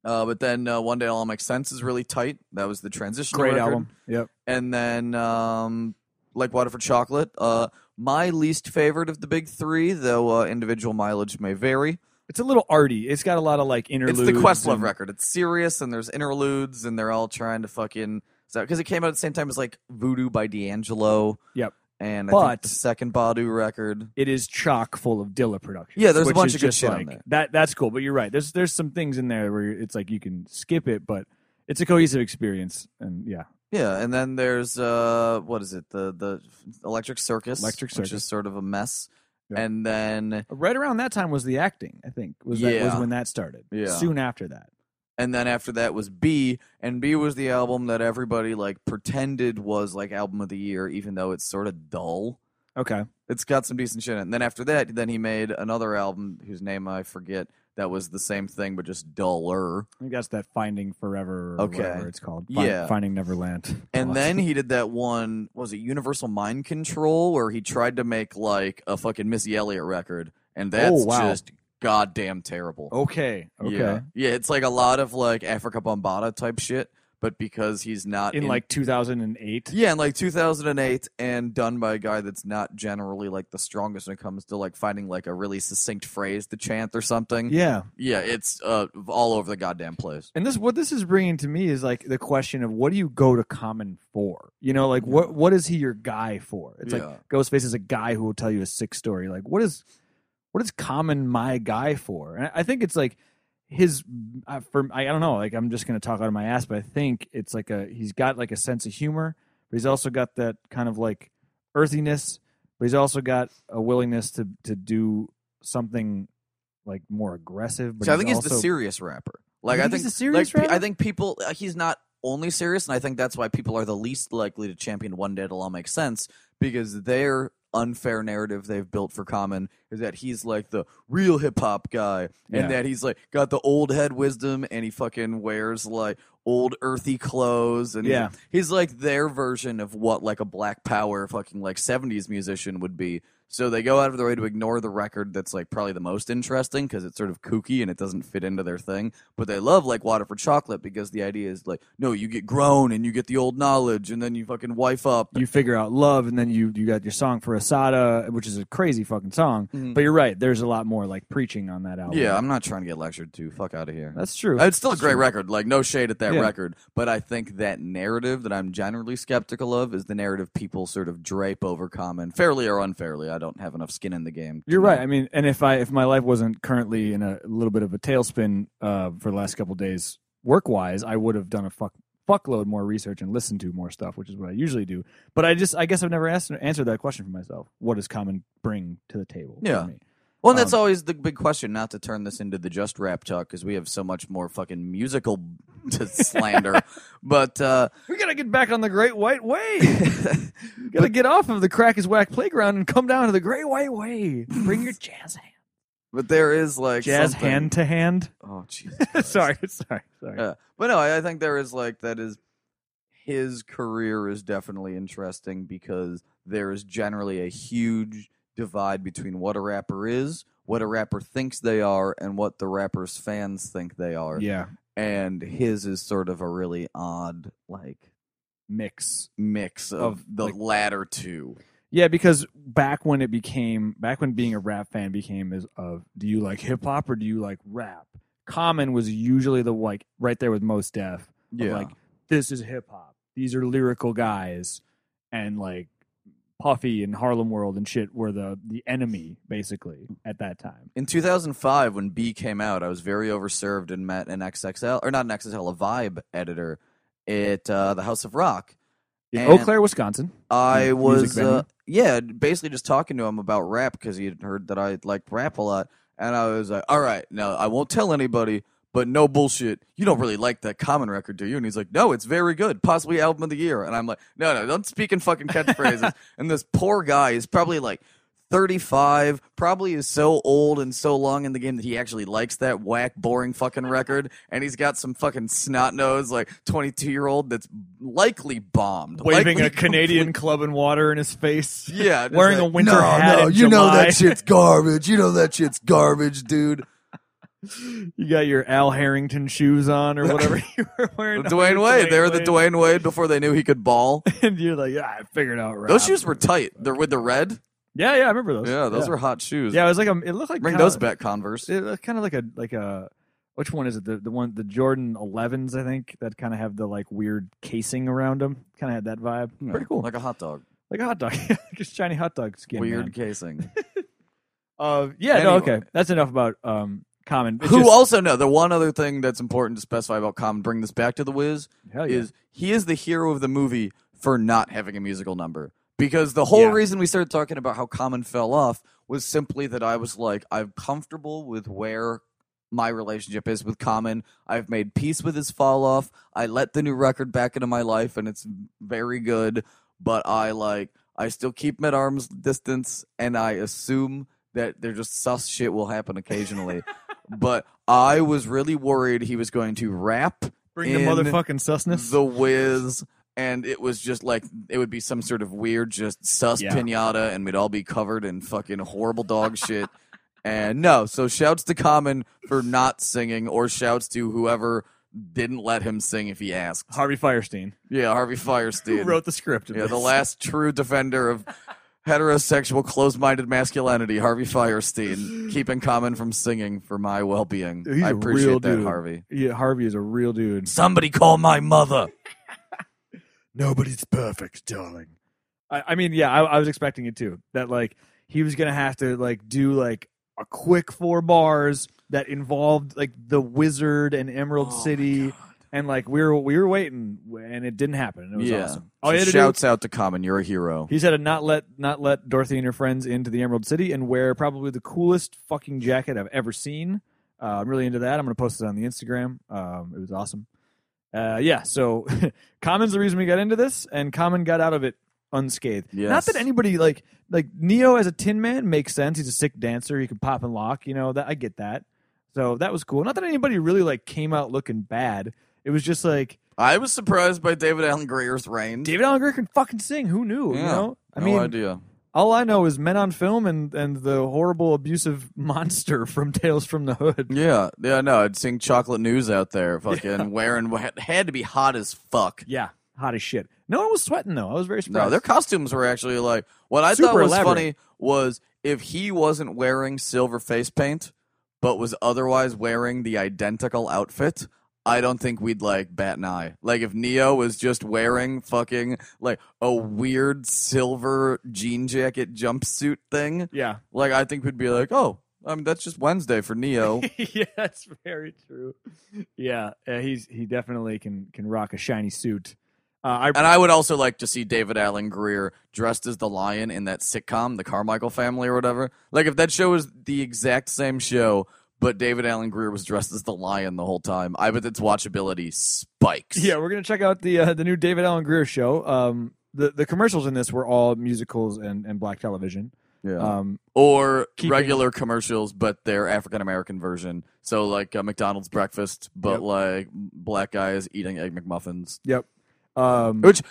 Speaker 2: Uh, but then uh, one day, all makes sense is really tight. That was the transition.
Speaker 1: Great
Speaker 2: record.
Speaker 1: album. Yep.
Speaker 2: and then um, like water for chocolate. Uh, my least favorite of the big three, though uh, individual mileage may vary.
Speaker 1: It's a little arty. It's got a lot of like interludes.
Speaker 2: It's the Questlove
Speaker 1: and-
Speaker 2: record. It's serious, and there's interludes, and they're all trying to fucking because it came out at the same time as like Voodoo by D'Angelo.
Speaker 1: Yep.
Speaker 2: And I think
Speaker 1: But-
Speaker 2: the second Badu record.
Speaker 1: it is chock full of Dilla production.
Speaker 2: Yeah, there's a bunch of good
Speaker 1: just
Speaker 2: shit on
Speaker 1: like,
Speaker 2: there.
Speaker 1: That that's cool, but you're right. There's there's some things in there where it's like you can skip it, but it's a cohesive experience, and yeah,
Speaker 2: Yeah, and then there's uh, what is it? The the Electric Circus,
Speaker 1: Electric
Speaker 2: which
Speaker 1: Circus.
Speaker 2: is sort of a mess.
Speaker 1: Yeah.
Speaker 2: And then
Speaker 1: Right around that time was the acting. I think was that was
Speaker 2: Yeah.
Speaker 1: when that started.
Speaker 2: Yeah.
Speaker 1: Soon after that.
Speaker 2: and then after that was B, and B was the album that everybody like pretended was like album of the year, even though it's sort of dull.
Speaker 1: Okay.
Speaker 2: It's got some decent shit in it. And then after that, then he made another album whose name I forget. That was the same thing, but just duller.
Speaker 1: I think that's that Finding Forever. Or
Speaker 2: Okay.
Speaker 1: Whatever it's called. Fin-
Speaker 2: Yeah.
Speaker 1: Finding Neverland.
Speaker 2: And then he did that one, what was it Universal Mind Control, where he tried to make like a fucking Missy Elliott record, and that's
Speaker 1: Oh, wow.
Speaker 2: just goddamn terrible.
Speaker 1: Okay. Okay.
Speaker 2: Yeah. yeah, it's like a lot of like Africa Bombata type shit, but because he's not
Speaker 1: In like 2008.
Speaker 2: yeah, in like 2008, and done by a guy that's not generally like the strongest when it comes to like finding like a really succinct phrase to chant or something.
Speaker 1: Yeah.
Speaker 2: Yeah, it's uh, all over the goddamn place.
Speaker 1: And this what this is bringing to me is like the question of what do you go to Common for? You know, like what what is he your guy for? It's
Speaker 2: Yeah.
Speaker 1: like Ghostface is a guy who will tell you a sick story. Like what is what is Common my guy for? And I- I think it's like his uh, for I, I don't know. Like I'm just gonna talk out of my ass, but I think it's like a he's got like a sense of humor, but he's also got that kind of like earthiness, but he's also got a willingness to to do something like more aggressive. But
Speaker 2: So I think he's the
Speaker 1: also-
Speaker 2: serious rapper. Like
Speaker 1: You
Speaker 2: I
Speaker 1: think
Speaker 2: think
Speaker 1: he's a serious
Speaker 2: like, pe- I
Speaker 1: rapper?
Speaker 2: think people uh, he's not only serious, and I think that's why people are the least likely to champion One Day It'll All Make Sense because their unfair narrative they've built for Common is that he's like the real hip hop guy, and
Speaker 1: Yeah.
Speaker 2: that he's like got the old head wisdom, and he fucking wears like old earthy clothes, and he's-
Speaker 1: Yeah.
Speaker 2: he's like their version of what like a Black Power fucking like '70s musician would be. So they go out of their way to ignore the record that's like probably the most interesting because it's sort of kooky and it doesn't fit into their thing. But they love like Water for Chocolate because the idea is like, no, you get grown and you get the old knowledge and then you fucking wife up.
Speaker 1: you figure out love and then you you got your song for asada which is a crazy fucking song
Speaker 2: Mhm.
Speaker 1: but you're right there's a lot more like preaching on that album
Speaker 2: yeah, I'm not trying to get lectured to. Fuck out of here.
Speaker 1: that's true
Speaker 2: It's still a great record. Like no shade at that
Speaker 1: Yeah.
Speaker 2: record, but I think that narrative that I'm generally skeptical of is the narrative people sort of drape over common, fairly or unfairly. I don't have enough skin in the game. to
Speaker 1: you're
Speaker 2: know.
Speaker 1: right i mean and if i if my life wasn't currently in a little bit of a tailspin uh for the last couple days work wise i would have done a fuck fuckload more research and listened to more stuff which is what i usually do but i just i guess i've never asked answered that question for myself what does common bring to the table for
Speaker 2: Yeah.
Speaker 1: me?
Speaker 2: Well, and that's
Speaker 1: Um,
Speaker 2: always the big question. Not to turn this into the just rap talk because we have so much more fucking musical to slander, but uh,
Speaker 1: we gotta get back on the great white way Gotta get off of the crack is whack playground and come down to the great white way. Bring your jazz hand.
Speaker 2: but there is like
Speaker 1: Jazz
Speaker 2: something-
Speaker 1: hand to hand.
Speaker 2: Oh, Jesus. Christ.
Speaker 1: sorry, sorry, sorry.
Speaker 2: Yeah. But no, I, I think there is like that is his career is definitely interesting because there is generally a huge divide between what a rapper is, what a rapper thinks they are, and what the rapper's fans think they are.
Speaker 1: yeah.
Speaker 2: And his is sort of a really odd like
Speaker 1: Mix.
Speaker 2: mix of,
Speaker 1: Of,
Speaker 2: the
Speaker 1: like-
Speaker 2: latter two.
Speaker 1: Yeah, because back when it became back when being a rap fan became is of do you like hip hop or do you like rap? Common was usually the like right there with most deaf. of, like this is hip hop. These are lyrical guys, and like Puffy and Harlem World and shit were the the enemy basically at that time.
Speaker 2: in 2005, when B came out, I was very overserved and met an XXL or not an XXL, a Vibe editor at uh, the House of Rock.
Speaker 1: In
Speaker 2: And-
Speaker 1: Eau Claire, Wisconsin.
Speaker 2: I
Speaker 1: Music
Speaker 2: was uh,
Speaker 1: venue?
Speaker 2: yeah, basically just talking to him about rap because he had heard that I liked rap a lot, and I was like, all right, now I won't tell anybody. But no bullshit. You don't really like that common record, do you? And he's like, No, it's very good. Possibly album of the year. And I'm like, No, no, don't speak in fucking catchphrases. and this poor guy is probably like 35, probably is so old and so long in the game that he actually likes that whack, boring fucking record. And he's got some fucking snot nose, like 22 year old that's likely bombed.
Speaker 1: waving
Speaker 2: likely
Speaker 1: a Canadian club and water in his face.
Speaker 2: yeah, just
Speaker 1: Wearing a winter
Speaker 2: no,
Speaker 1: hat
Speaker 2: No,
Speaker 1: in
Speaker 2: you know
Speaker 1: July."
Speaker 2: that shit's garbage. You know that shit's garbage, dude.
Speaker 1: You got your Al Harrington shoes on or whatever you were wearing.
Speaker 2: Dwayne Wade. They were the Dwayne Wade before they knew he could ball.
Speaker 1: And you're like, yeah, I figured out. Rob.
Speaker 2: Those shoes were tight. They're with the red.
Speaker 1: Yeah, yeah, I remember those.
Speaker 2: Yeah, those were hot shoes.
Speaker 1: Yeah, it was like a. It looked like
Speaker 2: bring
Speaker 1: kinda-
Speaker 2: those back, Converse.
Speaker 1: It was kind of like a like a. Which one is it? The the one the Jordan 11s, I think, that kind of have the like weird casing around them. Kind of had that vibe.
Speaker 2: Yeah,
Speaker 1: Pretty cool, like,
Speaker 2: like a hot dog.
Speaker 1: a hot dog, just shiny hot dog skin.
Speaker 2: Weird
Speaker 1: man.
Speaker 2: casing.
Speaker 1: Uh, yeah. No,
Speaker 2: Anyway.
Speaker 1: okay. That's enough about um, Common. It's
Speaker 2: Who
Speaker 1: just-
Speaker 2: also no, the one other thing that's important to specify about Common, bring this back to the Wiz,
Speaker 1: Hell yeah.
Speaker 2: is he is the hero of the movie for not having a musical number. Because the whole
Speaker 1: Yeah.
Speaker 2: reason we started talking about how Common fell off was simply that I was like, I'm comfortable with where my relationship is with Common. I've made peace with his fall off. I let the new record back into my life and it's very good, but I like I still keep him at arm's distance and I assume that they're just sus shit will happen occasionally. but I was really worried he was going to rap
Speaker 1: Bring the
Speaker 2: in
Speaker 1: motherfucking susness.
Speaker 2: the Wiz, and it was just like it would be some sort of weird, just sus
Speaker 1: Yeah.
Speaker 2: pinata, and we'd all be covered in fucking horrible dog shit. And no, so shouts to Common for not singing, or shouts to whoever didn't let him sing if he asked.
Speaker 1: Harvey Firestein,
Speaker 2: Yeah, Harvey
Speaker 1: who
Speaker 2: Firestein,
Speaker 1: wrote the script. Of
Speaker 2: yeah,
Speaker 1: this.
Speaker 2: the last true defender of. Heterosexual, closed-minded masculinity. Harvey Firestein, keeping Common from singing for my well-being.
Speaker 1: He's
Speaker 2: I
Speaker 1: a
Speaker 2: appreciate
Speaker 1: real
Speaker 2: that,
Speaker 1: dude.
Speaker 2: Harvey.
Speaker 1: Yeah, Harvey is a real dude.
Speaker 2: Somebody call my mother.
Speaker 1: Nobody's perfect, darling. I, I mean, yeah, I, I was expecting it too. That like he was gonna have to like do like a quick four bars that involved like the Wizard and Emerald
Speaker 2: Oh my
Speaker 1: City, and like we were we were waiting, and it didn't happen. And it was
Speaker 2: Yeah.
Speaker 1: awesome. All you
Speaker 2: So
Speaker 1: had to Oh, do
Speaker 2: shouts out to Common. You're a hero.
Speaker 1: He said to not let not let Dorothy and her friends into the Emerald City and wear probably the coolest fucking jacket I've ever seen. Uh, I'm really into that. I'm gonna post it on the Instagram. Um, it was awesome. Uh, yeah, so Common's the reason we got into this, and Common got out of it unscathed. Not
Speaker 2: Yes.
Speaker 1: that anybody like like Neo as a Tin Man makes sense. He's a sick dancer. He can pop and lock. You know that I get that. So that was cool. Not that anybody really like came out looking bad. It was just like
Speaker 2: I was surprised by David Allen Greer's reign.
Speaker 1: David Allen Greer can fucking sing. Who knew? You
Speaker 2: Yeah.
Speaker 1: know. I
Speaker 2: no
Speaker 1: mean,
Speaker 2: idea.
Speaker 1: all I know is Men on Film and, and the horrible abusive monster from Tales from the Hood.
Speaker 2: Yeah, yeah, no. I'd sing Chocolate News out there, fucking wearing had to be hot as fuck.
Speaker 1: Yeah, hot as shit. No one was sweating though. I was very surprised.
Speaker 2: No, their costumes were actually like what I thought
Speaker 1: Super
Speaker 2: was
Speaker 1: elaborate.
Speaker 2: funny was if he wasn't wearing silver face paint, but was otherwise wearing the identical outfit. I don't think we'd like bat an eye. Like if Neo was just wearing fucking like a weird silver jean jacket jumpsuit thing,
Speaker 1: yeah,
Speaker 2: Like I think we'd be like, oh, I mean that's just Wednesday for Neo.
Speaker 1: yeah, that's very true. Yeah, uh, he's he definitely can can rock a shiny suit. Uh, I
Speaker 2: and I would also like to see David Allen Greer dressed as the lion in that sitcom, The Carmichael Family or whatever. Like if that show is the exact same show, but David Allen Greer was dressed as the lion the whole time, I bet its watchability spikes.
Speaker 1: yeah, we're gonna check out the uh, the new David Allen Greer show. Um, the the commercials in this were all musicals and and black television.
Speaker 2: Yeah.
Speaker 1: Um,
Speaker 2: or
Speaker 1: Keeping-
Speaker 2: regular commercials, but their African American version. So like a McDonald's breakfast,
Speaker 1: Yep.
Speaker 2: but like black guys eating egg McMuffins.
Speaker 1: yep. Um,
Speaker 2: Which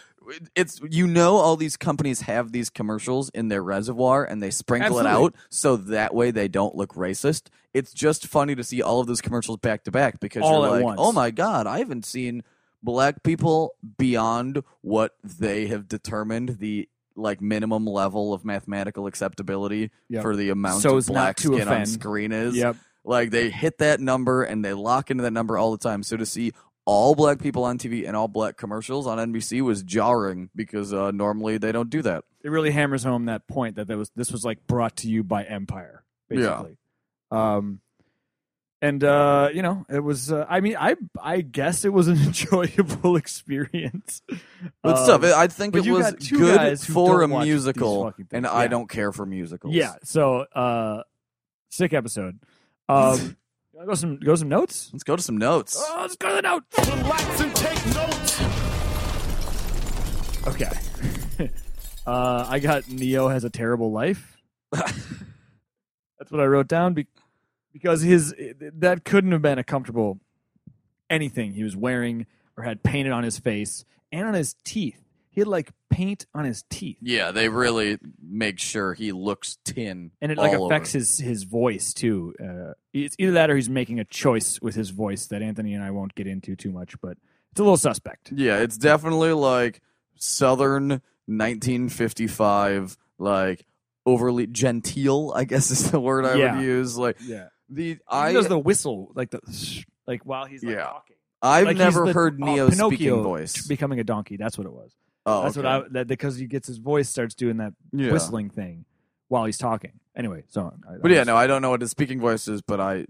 Speaker 2: it's you know all these companies have these commercials in their reservoir and they sprinkle it
Speaker 1: Absolutely.
Speaker 2: out so that way they don't look racist. It's just funny to see all of those commercials back to back because
Speaker 1: All at
Speaker 2: you're like,
Speaker 1: once.
Speaker 2: oh my god, I haven't seen black people beyond what they have determined the like minimum level of mathematical acceptability
Speaker 1: Yep.
Speaker 2: for the amount
Speaker 1: So
Speaker 2: of
Speaker 1: as not
Speaker 2: black
Speaker 1: to
Speaker 2: skin on
Speaker 1: offend.
Speaker 2: screen is.
Speaker 1: yep.
Speaker 2: Like they hit that number and they lock into that number all the time. So to see all black people on TV and all black commercials on NBC was jarring because uh, normally they don't do that.
Speaker 1: it really hammers home that point that that was this was like brought to you by Empire,
Speaker 2: Yeah.
Speaker 1: basically. Um, and uh, you know, it was. Uh, I mean, I I guess it was an enjoyable experience.
Speaker 2: But
Speaker 1: Um,
Speaker 2: stuff, I think
Speaker 1: but
Speaker 2: it
Speaker 1: you
Speaker 2: was
Speaker 1: got two
Speaker 2: good
Speaker 1: guys who
Speaker 2: for a
Speaker 1: don't watch these
Speaker 2: musical,
Speaker 1: fucking things.
Speaker 2: and I
Speaker 1: Yeah.
Speaker 2: don't care for musicals.
Speaker 1: yeah. So, uh, sick episode. Um, you wanna go some go some notes.
Speaker 2: Let's go to some notes.
Speaker 1: let's go to the notes.
Speaker 3: Relax and take notes.
Speaker 1: Okay. uh, I got Neo has a terrible life. That's what I wrote down be- because his that couldn't have been a comfortable anything he was wearing or had painted on his face and on his teeth. He had like paint on his teeth,
Speaker 2: Yeah, they really make sure he looks tin,
Speaker 1: and it like
Speaker 2: all
Speaker 1: affects
Speaker 2: over.
Speaker 1: his his voice too. Uh, it's either that or he's making a choice with his voice that Anthony and I won't get into too much, but it's a little suspect.
Speaker 2: Yeah, it's definitely like Southern 1955, like overly genteel. I guess is the word I
Speaker 1: Yeah.
Speaker 2: would use. Like
Speaker 1: Yeah,
Speaker 2: the
Speaker 1: I,
Speaker 2: I
Speaker 1: does the whistle like the like while he's like
Speaker 2: Yeah.
Speaker 1: talking.
Speaker 2: I've
Speaker 1: Like, he's
Speaker 2: never
Speaker 1: the-
Speaker 2: heard
Speaker 1: uh,
Speaker 2: Neo's
Speaker 1: Pinocchio
Speaker 2: speaking voice.
Speaker 1: becoming a donkey. That's what it was.
Speaker 2: oh,
Speaker 1: That's
Speaker 2: okay.
Speaker 1: what I that, because he gets his voice starts doing that
Speaker 2: yeah.
Speaker 1: whistling thing while he's talking. Anyway, so I, I
Speaker 2: But yeah,
Speaker 1: was-
Speaker 2: no, I don't know what his speaking voice is, but I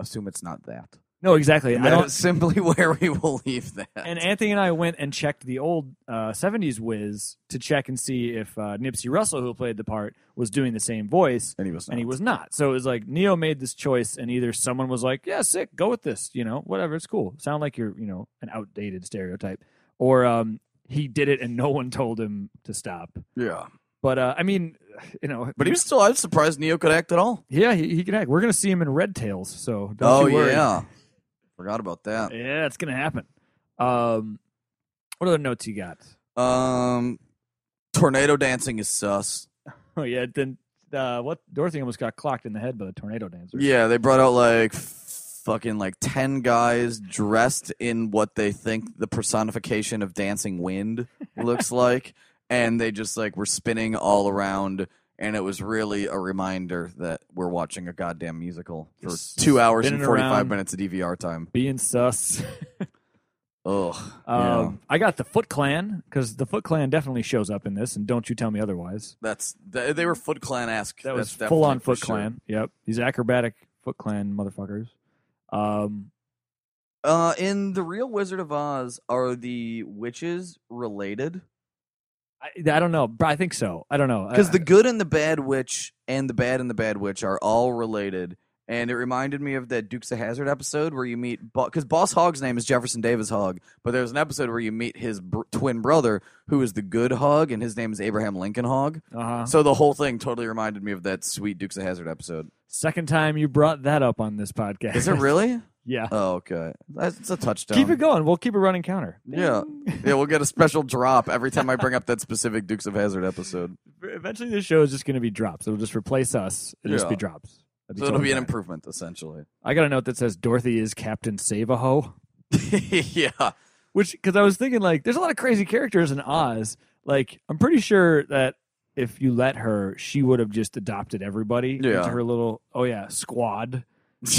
Speaker 2: assume it's not that.
Speaker 1: No, exactly.
Speaker 2: And
Speaker 1: I
Speaker 2: that
Speaker 1: don't.
Speaker 2: is simply where we will leave that.
Speaker 1: And Anthony and I went and checked the old uh, 70s whiz to check and see if uh, Nipsey Russell, who played the part, was doing the same voice,
Speaker 2: And he was not.
Speaker 1: and he was not. So it was like Neo made this choice, and either someone was like, "Yeah, sick, go with this," you know, whatever, it's cool. Sound like you're, you know, an outdated stereotype, or um, he did it and no one told him to stop.
Speaker 2: Yeah.
Speaker 1: But uh, I mean, you know,
Speaker 2: But he was still, I was surprised Neo could act at all.
Speaker 1: yeah, he, he can act. We're gonna see him in Red Tails, so don't
Speaker 2: oh,
Speaker 1: you worry.
Speaker 2: yeah. Forgot about that.
Speaker 1: yeah, it's gonna happen. Um, what other notes you got?
Speaker 2: Um, tornado dancing is sus.
Speaker 1: Oh yeah, then uh, what? Dorothy almost got clocked in the head by the tornado dancer.
Speaker 2: Yeah, they brought out like f- fucking like 10 guys dressed in what they think the personification of dancing wind looks like and they just like were spinning all around and it was really a reminder that we're watching a goddamn musical for
Speaker 1: Yes.
Speaker 2: 2 hours and
Speaker 1: Spinning
Speaker 2: 45
Speaker 1: around.
Speaker 2: minutes of DVR time.
Speaker 1: being sus.
Speaker 2: Ugh.
Speaker 1: Um,
Speaker 2: yeah.
Speaker 1: I got the Foot Clan because the Foot Clan definitely shows up in this, and don't you tell me otherwise.
Speaker 2: That's th- they were Foot Clan esque.
Speaker 1: That was full on Foot Clan. Yep, these acrobatic Foot Clan motherfuckers. Um,
Speaker 2: Uh, in the real Wizard of Oz, are the witches related?
Speaker 1: I, I don't know, but I think so. I don't know
Speaker 2: because
Speaker 1: I-
Speaker 2: the good and the bad witch and the bad and the bad witch are all related and it reminded me of that dukes of hazard episode where you meet because boss hog's name is jefferson davis hogg but there's an episode where you meet his br- twin brother who is the good hogg and his name is abraham lincoln hogg
Speaker 1: uh-huh.
Speaker 2: so the whole thing totally reminded me of that sweet dukes of hazard episode
Speaker 1: second time you brought that up on this podcast.
Speaker 2: is it really
Speaker 1: yeah.
Speaker 2: oh okay that's it's a touchdown
Speaker 1: Keep it going. We'll keep a running counter.
Speaker 2: Yeah. yeah we'll get a special drop every time i bring up that specific dukes of hazard episode
Speaker 1: Eventually, this show is just going to be drops. It'll just replace us. It'll just
Speaker 2: Yeah.
Speaker 1: be drops. That'd
Speaker 2: so it'll
Speaker 1: totally
Speaker 2: be an
Speaker 1: fine.
Speaker 2: improvement essentially
Speaker 1: I got a note that says Dorothy is Captain Save-A-Ho,
Speaker 2: yeah
Speaker 1: which because I was thinking like there's a lot of crazy characters in Oz. Like I'm pretty sure that if you let her, she would have just adopted everybody
Speaker 2: Yeah.
Speaker 1: into her little oh yeah squad,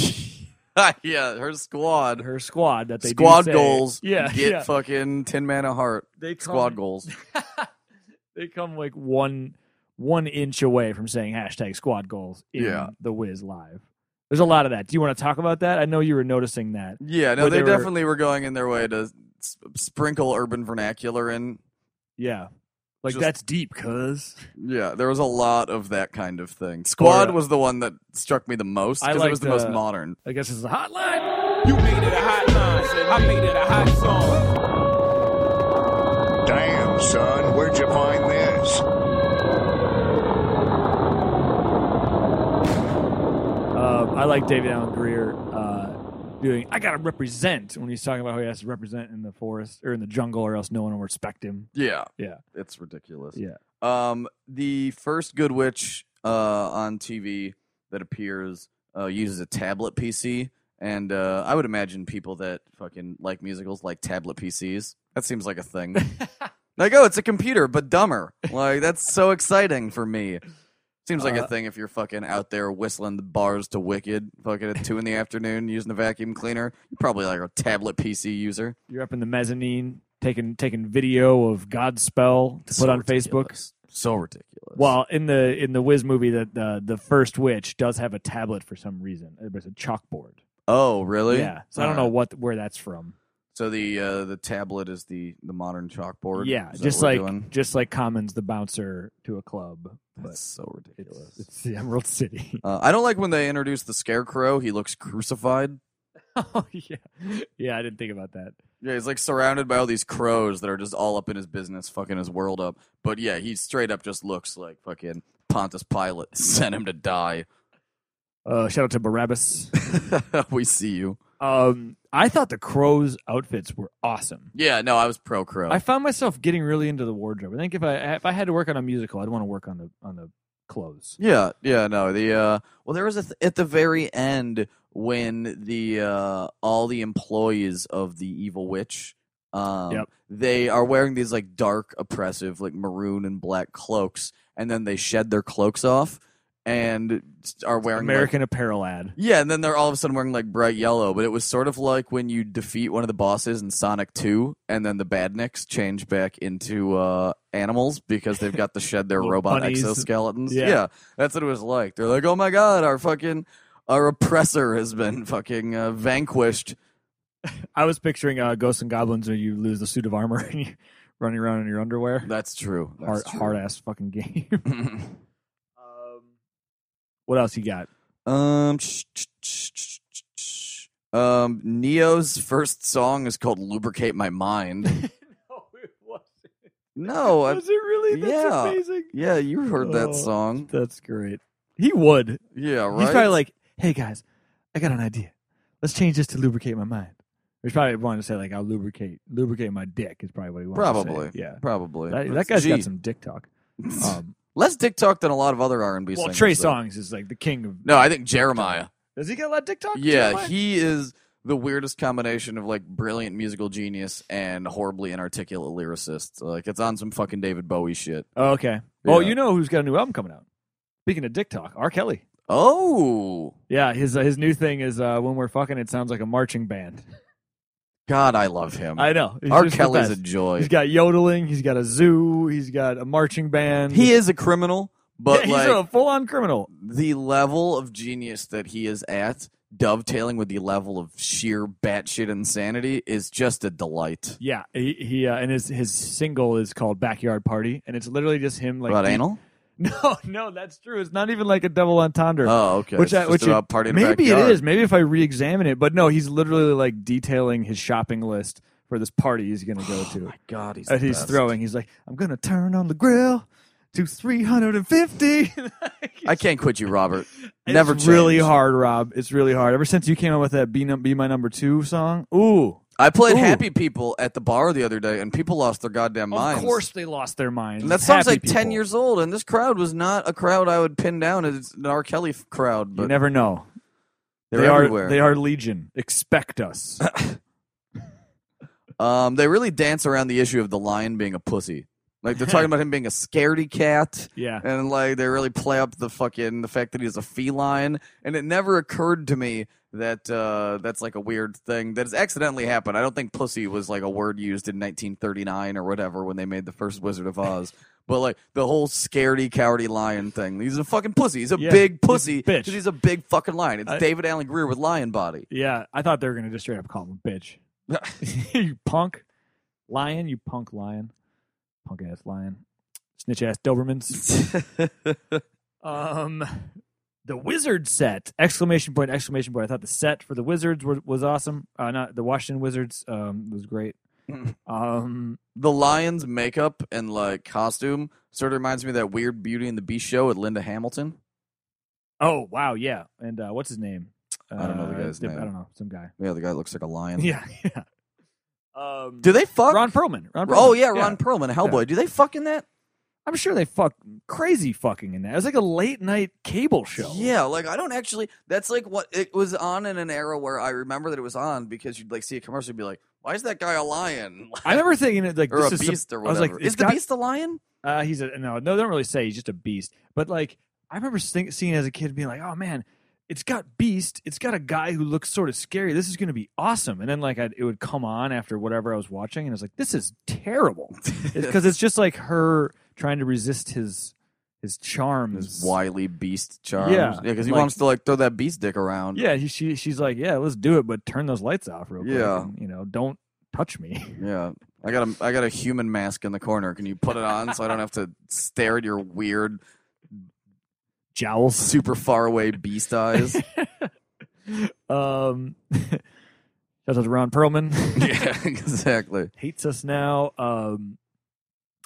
Speaker 2: yeah, her squad.
Speaker 1: her squad that they do
Speaker 2: squad
Speaker 1: say-
Speaker 2: goals.
Speaker 1: Yeah,
Speaker 2: Get
Speaker 1: yeah.
Speaker 2: fucking Tin Man a heart.
Speaker 1: They come,
Speaker 2: Squad goals.
Speaker 1: They come like one one inch away from saying hashtag squad goals in
Speaker 2: Yeah.
Speaker 1: the Wiz live. There's a lot of that. Do you want to talk about that? I know you were noticing that.
Speaker 2: Yeah, no,
Speaker 1: Where
Speaker 2: they,
Speaker 1: they were-
Speaker 2: definitely were going in their way to s- sprinkle urban vernacular in.
Speaker 1: Yeah, like
Speaker 2: Just-
Speaker 1: that's deep, cuz.
Speaker 2: Yeah, there was a lot of that kind of thing. Squad
Speaker 1: Or, uh,
Speaker 2: was the one that struck me the most
Speaker 1: I
Speaker 2: because it was
Speaker 1: liked,
Speaker 2: the most
Speaker 1: uh,
Speaker 2: modern.
Speaker 1: I guess it's a hotline.
Speaker 4: You made it a hot line. I made it a hot song.
Speaker 3: Damn, son, where'd you find this?
Speaker 1: Um, I like David Allen Greer uh, doing. I gotta represent when he's talking about how he has to represent in the forest or in the jungle, or else no one will respect him.
Speaker 2: Yeah.
Speaker 1: Yeah.
Speaker 2: It's ridiculous.
Speaker 1: Yeah.
Speaker 2: Um, the first Good Witch uh, on TV that appears uh, uses a tablet PC, and uh, I would imagine people that fucking like musicals like tablet PCs. That seems like a thing. like, oh, it's a computer, but dumber. Like, that's so exciting for me. Seems like
Speaker 1: Uh,
Speaker 2: a thing if you're fucking out there whistling the bars to Wicked, fucking at two in the afternoon using a vacuum cleaner. You're probably like a tablet PC user.
Speaker 1: You're up in the mezzanine taking taking video of God's spell to put on Facebook.
Speaker 2: So ridiculous.
Speaker 1: Well, in the in the Wiz movie, that the the first witch does have a tablet for some reason. It was a chalkboard.
Speaker 2: Oh, really?
Speaker 1: Yeah, so I don't know
Speaker 2: Alright.
Speaker 1: what where that's from.
Speaker 2: So the uh, the tablet is the the modern chalkboard.
Speaker 1: yeah,
Speaker 2: Is that
Speaker 1: just
Speaker 2: what we're
Speaker 1: like
Speaker 2: doing?
Speaker 1: just like Commons the bouncer to a club. But
Speaker 2: that's so ridiculous.
Speaker 1: it's, it's the Emerald City.
Speaker 2: uh, I don't like when they introduce the scarecrow. He looks crucified.
Speaker 1: oh yeah, yeah. I didn't think about that.
Speaker 2: Yeah, he's like surrounded by all these crows that are just all up in his business, fucking his world up. But yeah, he straight up just looks like fucking Pontius Pilate sent him to die.
Speaker 1: Uh, shout out to Barabbas.
Speaker 2: we see you.
Speaker 1: Um, I thought the crows' outfits were awesome.
Speaker 2: Yeah, no, I was pro crow.
Speaker 1: I found myself getting really into the wardrobe. I think if I if I had to work on a musical, I'd want to work on the on the clothes.
Speaker 2: Yeah, yeah, no. The uh well there was a th- at the very end when the uh all the employees of the evil witch um
Speaker 1: Yep.
Speaker 2: they are wearing these like dark oppressive like maroon and black cloaks and then they shed their cloaks off and st- are wearing like-
Speaker 1: American Apparel ad.
Speaker 2: yeah, and then they're all of a sudden wearing like bright yellow, but it was sort of like when you defeat one of the bosses in Sonic 2 and then the badniks change back into uh animals because they've got to shed their
Speaker 1: Little
Speaker 2: robot
Speaker 1: bunnies.
Speaker 2: exoskeletons.
Speaker 1: Yeah.
Speaker 2: Yeah. that's what it was like. They're like, "Oh my god, our fucking our oppressor has been fucking uh, vanquished.
Speaker 1: I was picturing uh, Ghosts and Goblins where you lose the suit of armor and you running around in your underwear.
Speaker 2: That's true.
Speaker 1: hard,
Speaker 2: That's
Speaker 1: hard ass fucking game.
Speaker 2: true.
Speaker 1: um, what else you got?
Speaker 2: um, ch- ch- ch- ch- ch- ch- um, Neo's first song is called "Lubricate My Mind."
Speaker 1: no, it wasn't.
Speaker 2: No, I,
Speaker 1: it really?
Speaker 2: That's Oh, yeah.
Speaker 1: amazing.
Speaker 2: yeah, you heard
Speaker 1: Oh.
Speaker 2: that song.
Speaker 1: That's great. He would.
Speaker 2: Yeah, right.
Speaker 1: He's probably like, hey guys, I got an idea. Let's change this to lubricate my mind. He's probably wanting to say like I'll lubricate lubricate my dick is probably what he wants
Speaker 2: Probably.
Speaker 1: to say. Yeah.
Speaker 2: probably
Speaker 1: That, that
Speaker 2: That's
Speaker 1: guy's got
Speaker 2: G.
Speaker 1: some dick talk. Um,
Speaker 2: less dick talk than a lot of other R and B.
Speaker 1: well, Trey Songs is like the king of.
Speaker 2: No, I think Jeremiah.
Speaker 1: Does he get a lot of dick talk?
Speaker 2: Yeah,
Speaker 1: Jeremiah?
Speaker 2: he is the weirdest combination of like brilliant musical genius and horribly inarticulate lyricist. Like it's on some fucking David Bowie shit.
Speaker 1: Oh, okay. Well,
Speaker 2: Yeah.
Speaker 1: you know who's got a new album coming out? Speaking of dick talk, R. Kelly.
Speaker 2: Oh
Speaker 1: Yeah, his uh, his new thing is uh, when we're fucking, it sounds like a marching band.
Speaker 2: God, I love him.
Speaker 1: I know. He's
Speaker 2: R.
Speaker 1: just the
Speaker 2: Kelly's a
Speaker 1: best.
Speaker 2: joy.
Speaker 1: He's got yodeling. He's got a zoo. He's got a marching band.
Speaker 2: He is a criminal, but
Speaker 1: yeah,
Speaker 2: like
Speaker 1: he's a full on criminal.
Speaker 2: the level of genius that he is at, dovetailing with the level of sheer batshit insanity, is just a delight.
Speaker 1: Yeah, he, he uh, and his his single is called Backyard Party, and it's literally just him like
Speaker 2: about
Speaker 1: deep-
Speaker 2: anal?
Speaker 1: No, no, that's true. It's not even like a double entendre.
Speaker 2: Oh, okay.
Speaker 1: Which
Speaker 2: It's
Speaker 1: I-
Speaker 2: just
Speaker 1: which it-
Speaker 2: about party in the
Speaker 1: Maybe it
Speaker 2: backyard.
Speaker 1: is. Maybe if I re-examine it, but no, he's literally like detailing his shopping list for this party he's gonna go to.
Speaker 2: My God, Oh, he's
Speaker 1: that
Speaker 2: the
Speaker 1: Uh, he's
Speaker 2: best.
Speaker 1: throwing. He's like, I'm gonna turn on the grill to 350.
Speaker 2: I can't quit you, Robert.
Speaker 1: It's
Speaker 2: Never
Speaker 1: really
Speaker 2: change.
Speaker 1: hard, Rob. It's really hard. Ever since you came out with that "Be, Num- Be My Number Two song, ooh,
Speaker 2: I played
Speaker 1: Ooh.
Speaker 2: Happy People at the bar the other day, and people lost their goddamn minds.
Speaker 1: of course they lost their minds.
Speaker 2: And that
Speaker 1: It's
Speaker 2: song's
Speaker 1: happy
Speaker 2: like ten
Speaker 1: people.
Speaker 2: years old, and this crowd was not a crowd I would pin down as an R. Kelly f- crowd,
Speaker 1: You
Speaker 2: but
Speaker 1: never know.
Speaker 2: they're
Speaker 1: They are-
Speaker 2: everywhere.
Speaker 1: They are legion. Expect us.
Speaker 2: Um, they really dance around the issue of the lion being a pussy. Like they're talking about him being a scaredy cat,
Speaker 1: yeah.
Speaker 2: and like they really play up the fucking the fact that he's a feline. And it never occurred to me that uh, that's like a weird thing that has accidentally happened. I don't think pussy was like a word used in 1939 or whatever when they made the first Wizard of Oz. But like the whole scaredy cowardy lion thing, he's a fucking pussy. He's a
Speaker 1: Yeah,
Speaker 2: big
Speaker 1: he's a
Speaker 2: pussy
Speaker 1: bitch.
Speaker 2: he's a big fucking lion. It's
Speaker 1: I-
Speaker 2: David Allen Greer with lion body.
Speaker 1: Yeah. I thought they were gonna just straight up call him a bitch. you punk lion. You punk lion. Punk ass lion. Snitch ass Dobermans. Um, the wizard set! Exclamation point! Exclamation point! I thought the set for the wizards were, was awesome. Uh, not the Washington Wizards. Um, was great. Um,
Speaker 2: the lion's makeup and like costume sort of reminds me of that weird Beauty and the Beast show with Linda Hamilton.
Speaker 1: oh wow, yeah. And uh, what's his name?
Speaker 2: I don't know the
Speaker 1: Uh,
Speaker 2: guy's
Speaker 1: dim-
Speaker 2: name.
Speaker 1: I don't know some guy.
Speaker 2: Yeah, the guy looks like a lion.
Speaker 1: Yeah, yeah. Um,
Speaker 2: Do they fuck?
Speaker 1: Ron Perlman. Ron Perlman.
Speaker 2: oh yeah, Ron Perlman, Hellboy. Do they fuck in that?
Speaker 1: I'm sure they fuck crazy fucking in that. It was like a late night cable show.
Speaker 2: Yeah, like I don't actually. That's like what it was on in an era where I remember that it was on because you'd like see a commercial and be like, "Why is that guy a lion?"
Speaker 1: I remember thinking it like
Speaker 2: or a
Speaker 1: this is some-
Speaker 2: beast or
Speaker 1: I was
Speaker 2: whatever.
Speaker 1: like,
Speaker 2: is
Speaker 1: it's
Speaker 2: the
Speaker 1: got-
Speaker 2: beast a lion?
Speaker 1: Uh, he's a no, no, they don't really say he's just a beast. But like, I remember think, seeing it as a kid, being like, "Oh man, it's got beast. It's got a guy who looks sort of scary. This is going to be awesome." And then like, I'd, it would come on after whatever I was watching, and I was like, "This is terrible," because it's just like her trying to resist his his charms.
Speaker 2: His wily beast charms.
Speaker 1: Yeah,
Speaker 2: because he
Speaker 1: like-
Speaker 2: wants to like throw that beast dick around.
Speaker 1: Yeah, he, she she's like, "Yeah, let's do it, but turn those lights off real quick.
Speaker 2: Yeah.
Speaker 1: and, you know, don't touch me."
Speaker 2: Yeah. I got a I got a human mask in the corner. Can you put it on so I don't have to stare at your weird,
Speaker 1: Jowls.
Speaker 2: super far away beast eyes?
Speaker 1: Um, shout out to Ron Perlman.
Speaker 2: yeah, exactly.
Speaker 1: hates us now. Um,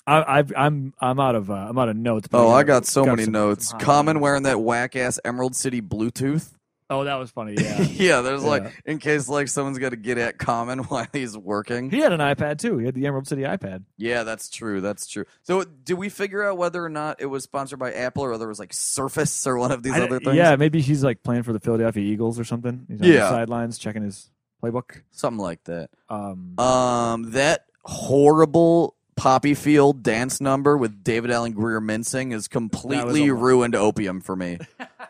Speaker 1: I, I've, I'm I'm out of uh, I'm out of notes. but
Speaker 2: Oh, I
Speaker 1: yeah,
Speaker 2: got so many
Speaker 1: some-
Speaker 2: notes.
Speaker 1: some hot
Speaker 2: Common
Speaker 1: ones.
Speaker 2: wearing that whack ass Emerald City Bluetooth.
Speaker 1: Oh, that was funny.
Speaker 2: Yeah,
Speaker 1: Yeah,
Speaker 2: there's
Speaker 1: Yeah.
Speaker 2: like in case like someone's got to get at Common while he's working.
Speaker 1: he had an iPad too. He had the Emerald City iPad.
Speaker 2: Yeah, that's true. That's true. So, do we figure out whether or not it was sponsored by Apple or whether it was like Surface or one of these
Speaker 1: I-
Speaker 2: other things?
Speaker 1: Yeah, maybe he's like playing for the Philadelphia Eagles or something. He's on the
Speaker 2: Yeah.
Speaker 1: sidelines checking his playbook.
Speaker 2: something like that.
Speaker 1: Um,
Speaker 2: Um, that horrible Poppy Field dance number with David Allen Greer mincing is completely
Speaker 1: lot.
Speaker 2: ruined opium for me.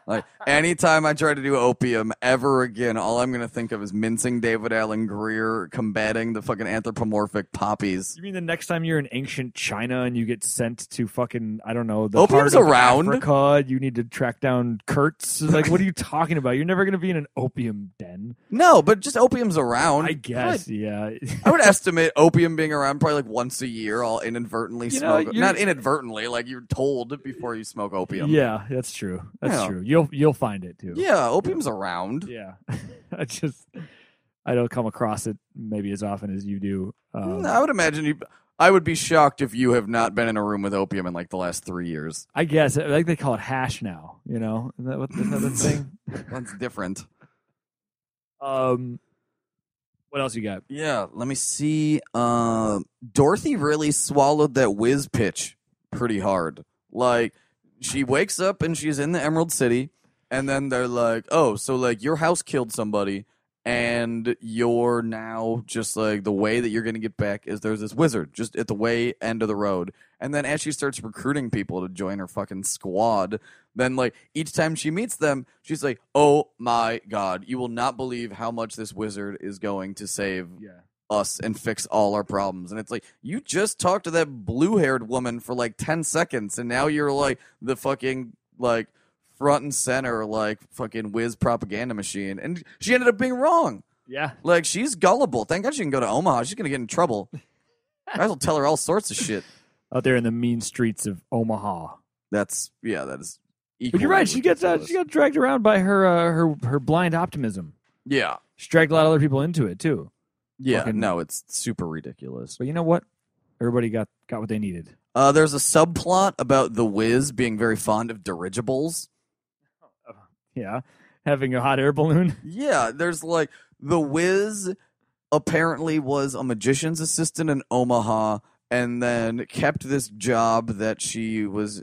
Speaker 2: Like anytime I try to do opium ever again, all I'm gonna think of is mincing David Allen Greer, combating the fucking anthropomorphic poppies.
Speaker 1: You mean the next time you're in ancient China and you get sent to fucking I don't know the
Speaker 2: Opium's
Speaker 1: heart of
Speaker 2: around.
Speaker 1: Africa, you need to track down Kurtz. Like, what are you talking about? You're never gonna be in an opium den.
Speaker 2: No, but just opium's around.
Speaker 1: I guess. Yeah.
Speaker 2: I would estimate opium being around probably like once a year. I'll inadvertently
Speaker 1: You know,
Speaker 2: smoke.
Speaker 1: you're-
Speaker 2: Not inadvertently, like you're told before you smoke opium.
Speaker 1: yeah, that's true. That's
Speaker 2: Yeah.
Speaker 1: true. You'll you'll find it too.
Speaker 2: Yeah, opium's around.
Speaker 1: Yeah. I just I don't come across it maybe as often as you do. Um,
Speaker 2: Mm, I would imagine you. I would be shocked if you have not been in a room with opium in like the last three years.
Speaker 1: I guess I think they call it hash now. You know, isn't that what isn't that the thing?
Speaker 2: That's different.
Speaker 1: Um, what else you got?
Speaker 2: Yeah, let me see. Uh, Dorothy really swallowed that whiz pitch pretty hard. Like, she wakes up and she's in the Emerald City, and then they're like, oh, so like your house killed somebody, and you're now just like the way that you're going to get back is there's this wizard just at the way end of the road. And then as she starts recruiting people to join her fucking squad, then like each time she meets them she's like oh my god you will not believe how much this wizard is going to save
Speaker 1: Yeah.
Speaker 2: us and fix all our problems and it's like you just talked to that blue-haired woman for like 10 seconds and now you're like the fucking like front and center like fucking whiz propaganda machine and she ended up being wrong
Speaker 1: Yeah.
Speaker 2: like she's gullible thank god she can go to omaha she's gonna get in trouble i will tell her all sorts of shit
Speaker 1: Out there in the mean streets of Omaha.
Speaker 2: that's yeah that is
Speaker 1: But you're
Speaker 2: equally
Speaker 1: right. She gets uh,
Speaker 2: ridiculous.
Speaker 1: she got dragged around by her uh, her her blind optimism.
Speaker 2: yeah
Speaker 1: She dragged a lot of other people into it too.
Speaker 2: Yeah,
Speaker 1: Fucking-
Speaker 2: no, it's super ridiculous.
Speaker 1: But you know what? Everybody got got what they needed.
Speaker 2: Uh, there's a subplot about the Wiz being very fond of dirigibles.
Speaker 1: Yeah, having a hot air balloon.
Speaker 2: Yeah, there's like the Wiz apparently was a magician's assistant in Omaha and then kept this job that she was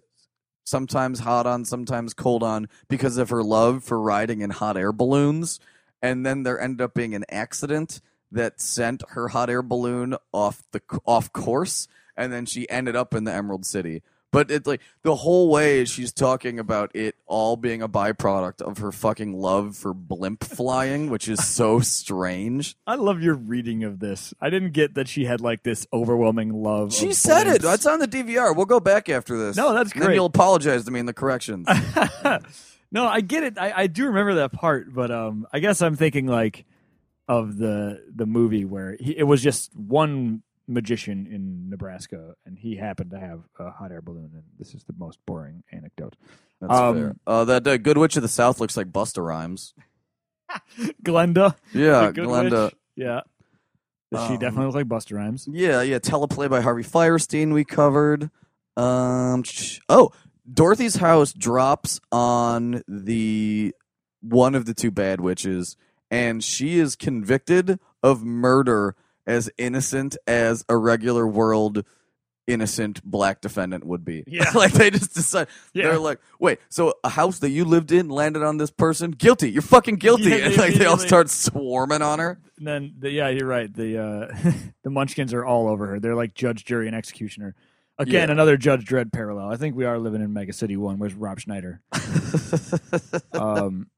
Speaker 2: sometimes hot on, sometimes cold on because of her love for riding in hot air balloons. And then there ended up being an accident that sent her hot air balloon off the off course and then she ended up in the Emerald City. But it's like the whole way she's talking about it all being a byproduct of her fucking love for blimp flying, which is so strange.
Speaker 1: I love your reading of this. I didn't get that she had like this overwhelming love. of
Speaker 2: She said it.
Speaker 1: blimps.
Speaker 2: That's on the DVR. We'll go back after this.
Speaker 1: No, that's
Speaker 2: Then
Speaker 1: great.
Speaker 2: you'll apologize to me in the corrections.
Speaker 1: no, I get it. I, I do remember that part, but um, I guess I'm thinking like of the the movie where he, it was just one magician in Nebraska, and he happened to have a hot air balloon, and this is the most boring anecdote.
Speaker 2: That's
Speaker 1: Um,
Speaker 2: fair. Uh, that uh, Good Witch of the South looks like Busta Rhymes.
Speaker 1: Glenda,
Speaker 2: Yeah,
Speaker 1: the Good
Speaker 2: Uh, Glenda.
Speaker 1: Witch. yeah, she
Speaker 2: Um,
Speaker 1: definitely looked like Buster Rhymes.
Speaker 2: Yeah, yeah. Teleplay by Harvey Firestein we covered. Um, sh- oh, Dorothy's house drops on the one of the two bad witches, and she is convicted of murder as innocent as a regular world innocent black defendant would be.
Speaker 1: Yeah.
Speaker 2: like they just decide
Speaker 1: Yeah.
Speaker 2: they're like, wait, so a house that you lived in landed on this person? Guilty. You're fucking guilty.
Speaker 1: Yeah,
Speaker 2: and
Speaker 1: they
Speaker 2: like they all
Speaker 1: immediately-
Speaker 2: start swarming on her.
Speaker 1: And then the, yeah, you're right. The uh, the Munchkins are all over her. They're like judge, jury, and executioner. Again,
Speaker 2: Yeah.
Speaker 1: another Judge Dredd parallel. I think we are living in Mega City One. Where's Rob Schneider? um,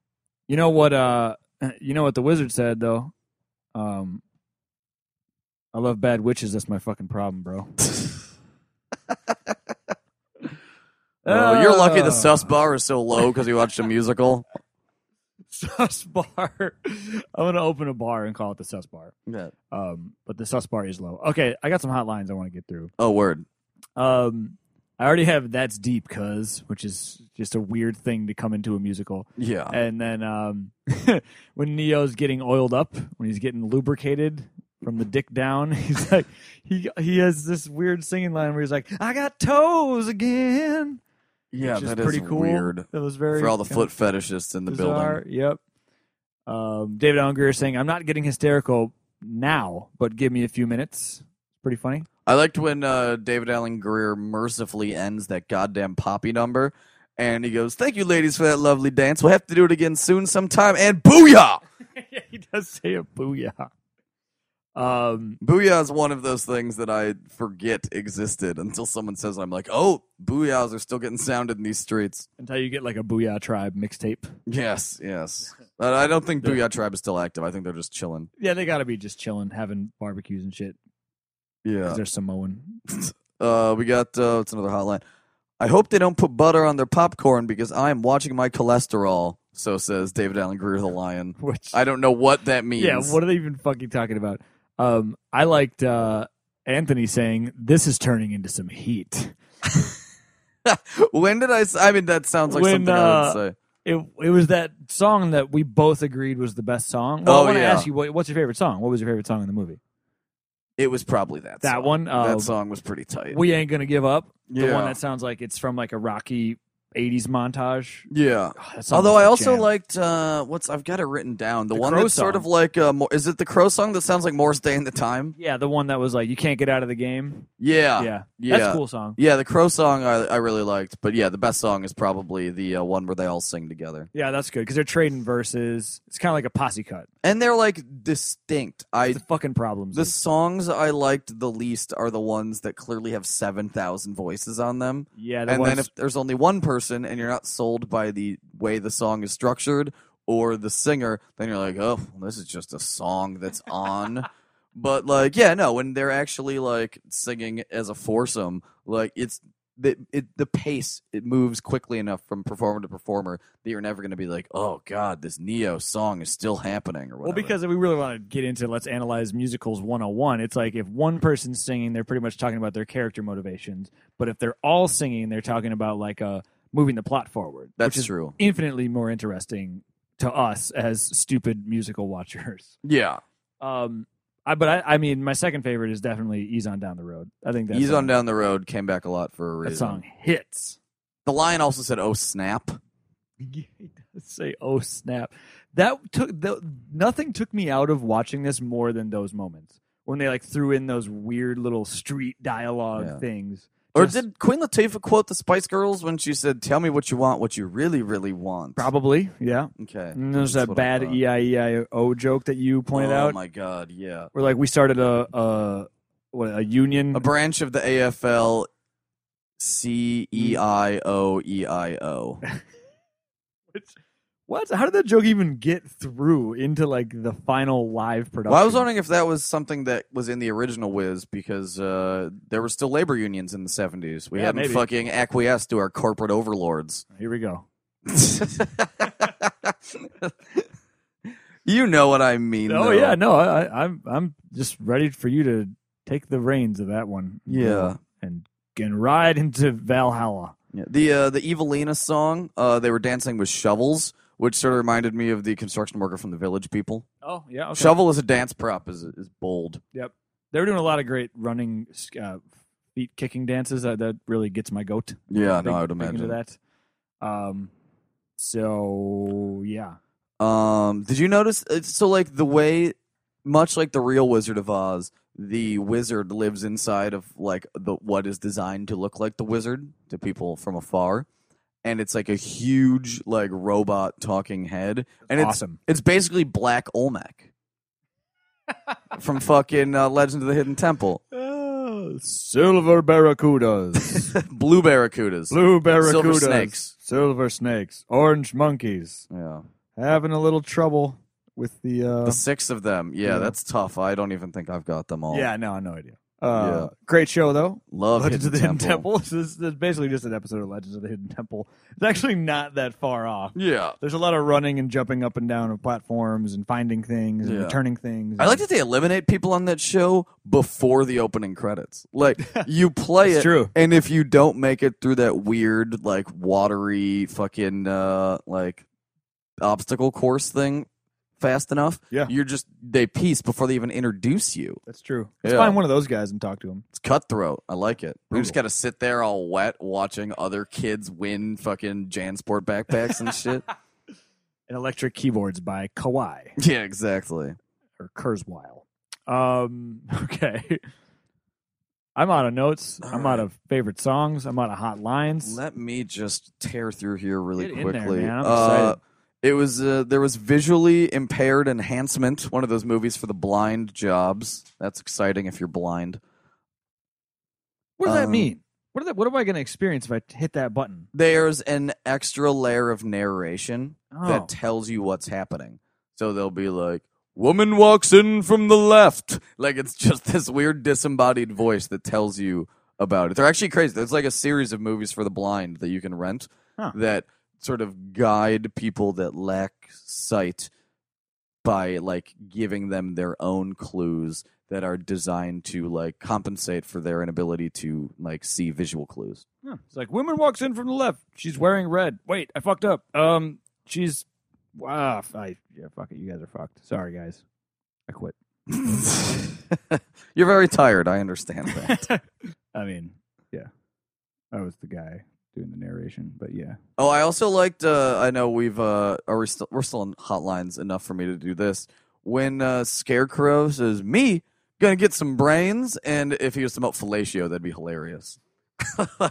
Speaker 1: you know what? Uh, you know what the wizard said though. Um, I love bad witches. That's my fucking problem, bro.
Speaker 2: Oh, you're lucky the
Speaker 1: Ah.
Speaker 2: sus bar is so low because you watched a musical.
Speaker 1: Sus bar. I'm gonna open a bar and call it the sus bar. Um, but the sus bar is low. Okay, I got some hot lines I want to get through.
Speaker 2: Oh, word.
Speaker 1: Um, I already have that's deep, cuz which is just a weird thing to come into a musical.
Speaker 2: Yeah.
Speaker 1: And then um, when Neo's getting oiled up, when he's getting lubricated from the dick down, he's like, he he has this weird singing line where he's like, "I got toes again."
Speaker 2: Yeah,
Speaker 1: which is
Speaker 2: that is
Speaker 1: pretty cool.
Speaker 2: weird.
Speaker 1: That was very
Speaker 2: For all the
Speaker 1: kind
Speaker 2: foot
Speaker 1: of
Speaker 2: fetishists in the
Speaker 1: bizarre.
Speaker 2: building.
Speaker 1: Yep. Um, David Allen Greer saying, "I'm not getting hysterical now, but give me a few minutes." Pretty funny.
Speaker 2: I liked when uh, David Allen Greer mercifully ends that goddamn poppy number. And he goes, Thank you, ladies, for that lovely dance. We'll have to do it again soon sometime. And booyah!
Speaker 1: yeah, he does say a booyah. Um,
Speaker 2: Booyah is one of those things that I forget existed until someone says I'm like, oh, booyahs are still getting sounded in these streets.
Speaker 1: until you get like a Booyah Tribe mixtape.
Speaker 2: Yes, yes. But I don't think Booyah Tribe is still active. I think they're just chilling.
Speaker 1: Yeah, they got to be just chilling, having barbecues and shit.
Speaker 2: Yeah.
Speaker 1: Because they're Samoan.
Speaker 2: Uh, we got uh, it's another hotline. I hope they don't put butter on their popcorn because I am watching my cholesterol. So says David Allen Greer, the lion.
Speaker 1: Which
Speaker 2: I don't know what that means.
Speaker 1: yeah, what are they even fucking talking about? Um, I liked uh, Anthony saying this is turning into some heat.
Speaker 2: when did I? s- I mean, that sounds like
Speaker 1: When,
Speaker 2: something I
Speaker 1: uh,
Speaker 2: would say.
Speaker 1: It it was that song that we both agreed was the best song.
Speaker 2: Oh,
Speaker 1: I wanna
Speaker 2: yeah.
Speaker 1: ask you what, what's your favorite song? What was your favorite song in the movie?
Speaker 2: It was probably that.
Speaker 1: That
Speaker 2: song.
Speaker 1: one. Uh,
Speaker 2: that song was pretty tight.
Speaker 1: we ain't gonna give up. The
Speaker 2: Yeah.
Speaker 1: one that sounds like it's from like a Rocky '80s montage.
Speaker 2: yeah.
Speaker 1: Oh, that song
Speaker 2: Although
Speaker 1: was
Speaker 2: I
Speaker 1: the
Speaker 2: also
Speaker 1: jam.
Speaker 2: liked uh, what's I've got it written down. The,
Speaker 1: The
Speaker 2: one
Speaker 1: Crow
Speaker 2: that's sort
Speaker 1: song.
Speaker 2: of like uh, Mo- is it the crow song that sounds like Morris Day in the Time?
Speaker 1: Yeah, the one that was like you can't get out of the game.
Speaker 2: Yeah,
Speaker 1: yeah,
Speaker 2: Ah, yeah.
Speaker 1: that's a cool song.
Speaker 2: Yeah, the crow song I, I really liked, but yeah, the best song is probably the uh, one where they all sing together,
Speaker 1: Yeah, that's good because they're trading verses. It's kind of like a posse cut.
Speaker 2: and they're like distinct. I
Speaker 1: It's the fucking problems.
Speaker 2: the songs I liked the least are the ones that clearly have seven thousand voices on them,
Speaker 1: yeah, the
Speaker 2: and
Speaker 1: ones,
Speaker 2: then if there's only one person and you're not sold by the way the song is structured or the singer, then you're like, oh, this is just a song that's on. but like, yeah, no, when they're actually like singing as a foursome, like it's the it, the pace it moves quickly enough from performer to performer that you're never gonna be like, oh god, this Neo song is still happening or whatever.
Speaker 1: well, because if we really want to get into let's analyze musicals 101, it's like if one person's singing, they're pretty much talking about their character motivations. But if they're all singing, they're talking about like uh, moving the plot forward. which
Speaker 2: that's
Speaker 1: is
Speaker 2: true.
Speaker 1: infinitely more interesting to us as stupid musical watchers.
Speaker 2: Yeah,
Speaker 1: Um, I, but I, I mean, my second favorite is definitely "Ease on Down the Road." I think that's
Speaker 2: he's on down the road. Came back a lot for a reason.
Speaker 1: That song hits.
Speaker 2: The lion also said, "Oh snap."
Speaker 1: he does say oh snap that took the, nothing took me out of watching this more than those moments when they like threw in those weird little street dialogue
Speaker 2: Yeah.
Speaker 1: things
Speaker 2: Or
Speaker 1: Just-
Speaker 2: did Queen Latifah quote the Spice Girls when she said, "Tell me what you want, what you really, really want"?
Speaker 1: probably yeah
Speaker 2: Okay.
Speaker 1: and there's
Speaker 2: That's
Speaker 1: that
Speaker 2: what I
Speaker 1: bad E
Speaker 2: thought.
Speaker 1: e-i-e-i-o joke that you pointed
Speaker 2: oh,
Speaker 1: out
Speaker 2: my God! Yeah.
Speaker 1: where like we started a a what a union
Speaker 2: A branch of the AFL. C E I O E I O.
Speaker 1: what how did that joke even get through into like the final live production
Speaker 2: Well, I was wondering if that was something that was in the original Wiz because uh, there were still labor unions in the seventies. We
Speaker 1: Yeah,
Speaker 2: hadn't
Speaker 1: maybe.
Speaker 2: fucking acquiesced to our corporate overlords.
Speaker 1: here we go
Speaker 2: you know what I mean?
Speaker 1: oh
Speaker 2: though.
Speaker 1: yeah no I, I i'm i'm just ready for you to take the reins of that one
Speaker 2: Yeah.
Speaker 1: and can ride into Valhalla.
Speaker 2: Yeah. The uh, the Evelina song, uh, they were dancing with shovels, which sort of reminded me of the construction worker from the Village People.
Speaker 1: Oh yeah,
Speaker 2: Shovel is a dance prop, is is bold.
Speaker 1: They were doing a lot of great running uh, feet kicking dances. Uh, that really gets my goat.
Speaker 2: Yeah,
Speaker 1: Big-
Speaker 2: no, I would
Speaker 1: big
Speaker 2: imagine.
Speaker 1: into that. Um, so yeah,
Speaker 2: Um, did you notice? uh, So like the way, much like the real Wizard of Oz, the wizard lives inside of like the what is designed to look like the wizard to people from afar, and it's like a huge like robot talking head, and it's
Speaker 1: awesome.
Speaker 2: It's basically Black Olmec from fucking uh, Legend of the Hidden Temple.
Speaker 1: Uh, silver barracudas,
Speaker 2: Blue barracudas.
Speaker 1: blue barracudas,
Speaker 2: Silver snakes.
Speaker 1: silver snakes, orange monkeys,
Speaker 2: Yeah.
Speaker 1: having a little trouble with the. Uh,
Speaker 2: The six of them. Yeah,
Speaker 1: Yeah.
Speaker 2: that's tough. I don't even think I've got them all.
Speaker 1: yeah, no, no idea.
Speaker 2: Yeah.
Speaker 1: Uh, Great show though.
Speaker 2: Love
Speaker 1: Legends
Speaker 2: Hidden,
Speaker 1: of the
Speaker 2: Temple.
Speaker 1: Hidden Temple. This is, this is basically just an episode of Legends of the Hidden Temple. It's actually not that far off.
Speaker 2: Yeah.
Speaker 1: There's a lot of running and jumping up and down of platforms and finding things and
Speaker 2: Yeah.
Speaker 1: returning things.
Speaker 2: I like that they eliminate people on that show before the opening credits. Like you play it,
Speaker 1: It's true.
Speaker 2: and if you don't make it through that weird, like watery, fucking uh, like obstacle course thing fast enough,
Speaker 1: Yeah.
Speaker 2: you're just they piece before they even introduce you.
Speaker 1: That's true. Let's
Speaker 2: Yeah.
Speaker 1: find one of those guys and talk to him.
Speaker 2: It's cutthroat. I like it. We
Speaker 1: Brutal.
Speaker 2: just got to sit there all wet watching other kids win fucking Jansport backpacks and shit.
Speaker 1: And electric keyboards by Kawai
Speaker 2: yeah, exactly.
Speaker 1: or Kurzweil. Um, okay. I'm out of notes. I'm out of favorite songs. I'm out of hot lines.
Speaker 2: Let me just tear through here really
Speaker 1: Get in there,
Speaker 2: quickly.
Speaker 1: man. I'm
Speaker 2: Uh,
Speaker 1: excited.
Speaker 2: It was uh, there was visually impaired enhancement, one of those movies for the blind jobs. That's exciting if you're blind.
Speaker 5: What does that
Speaker 2: Um,
Speaker 5: mean? What, does that, what am I going to experience if I hit that button?
Speaker 2: There's an extra layer of narration
Speaker 5: Oh.
Speaker 2: that tells you what's happening. So they'll be like, "Woman walks in from the left," like it's just this weird disembodied voice that tells you about it. They're actually crazy. There's like a series of movies for the blind that you can rent
Speaker 5: Huh.
Speaker 2: that sort of guide people that lack sight by like giving them their own clues that are designed to like compensate for their inability to like see visual clues.
Speaker 5: Huh. It's like woman walks in from the left. She's wearing red. Wait, I fucked up. Um, she's
Speaker 1: ah,
Speaker 5: wow. f- I yeah, fuck it. You guys are fucked. Sorry, guys. I quit.
Speaker 2: You're very tired. I understand that.
Speaker 5: I mean, yeah, I was the guy doing the narration, but yeah.
Speaker 2: Oh, I also liked. Uh, I know we've uh, are we still we're still on hotlines enough for me to do this. When uh, Scarecrow says, "Me gonna get some brains," and if he was about fellatio, that'd be hilarious.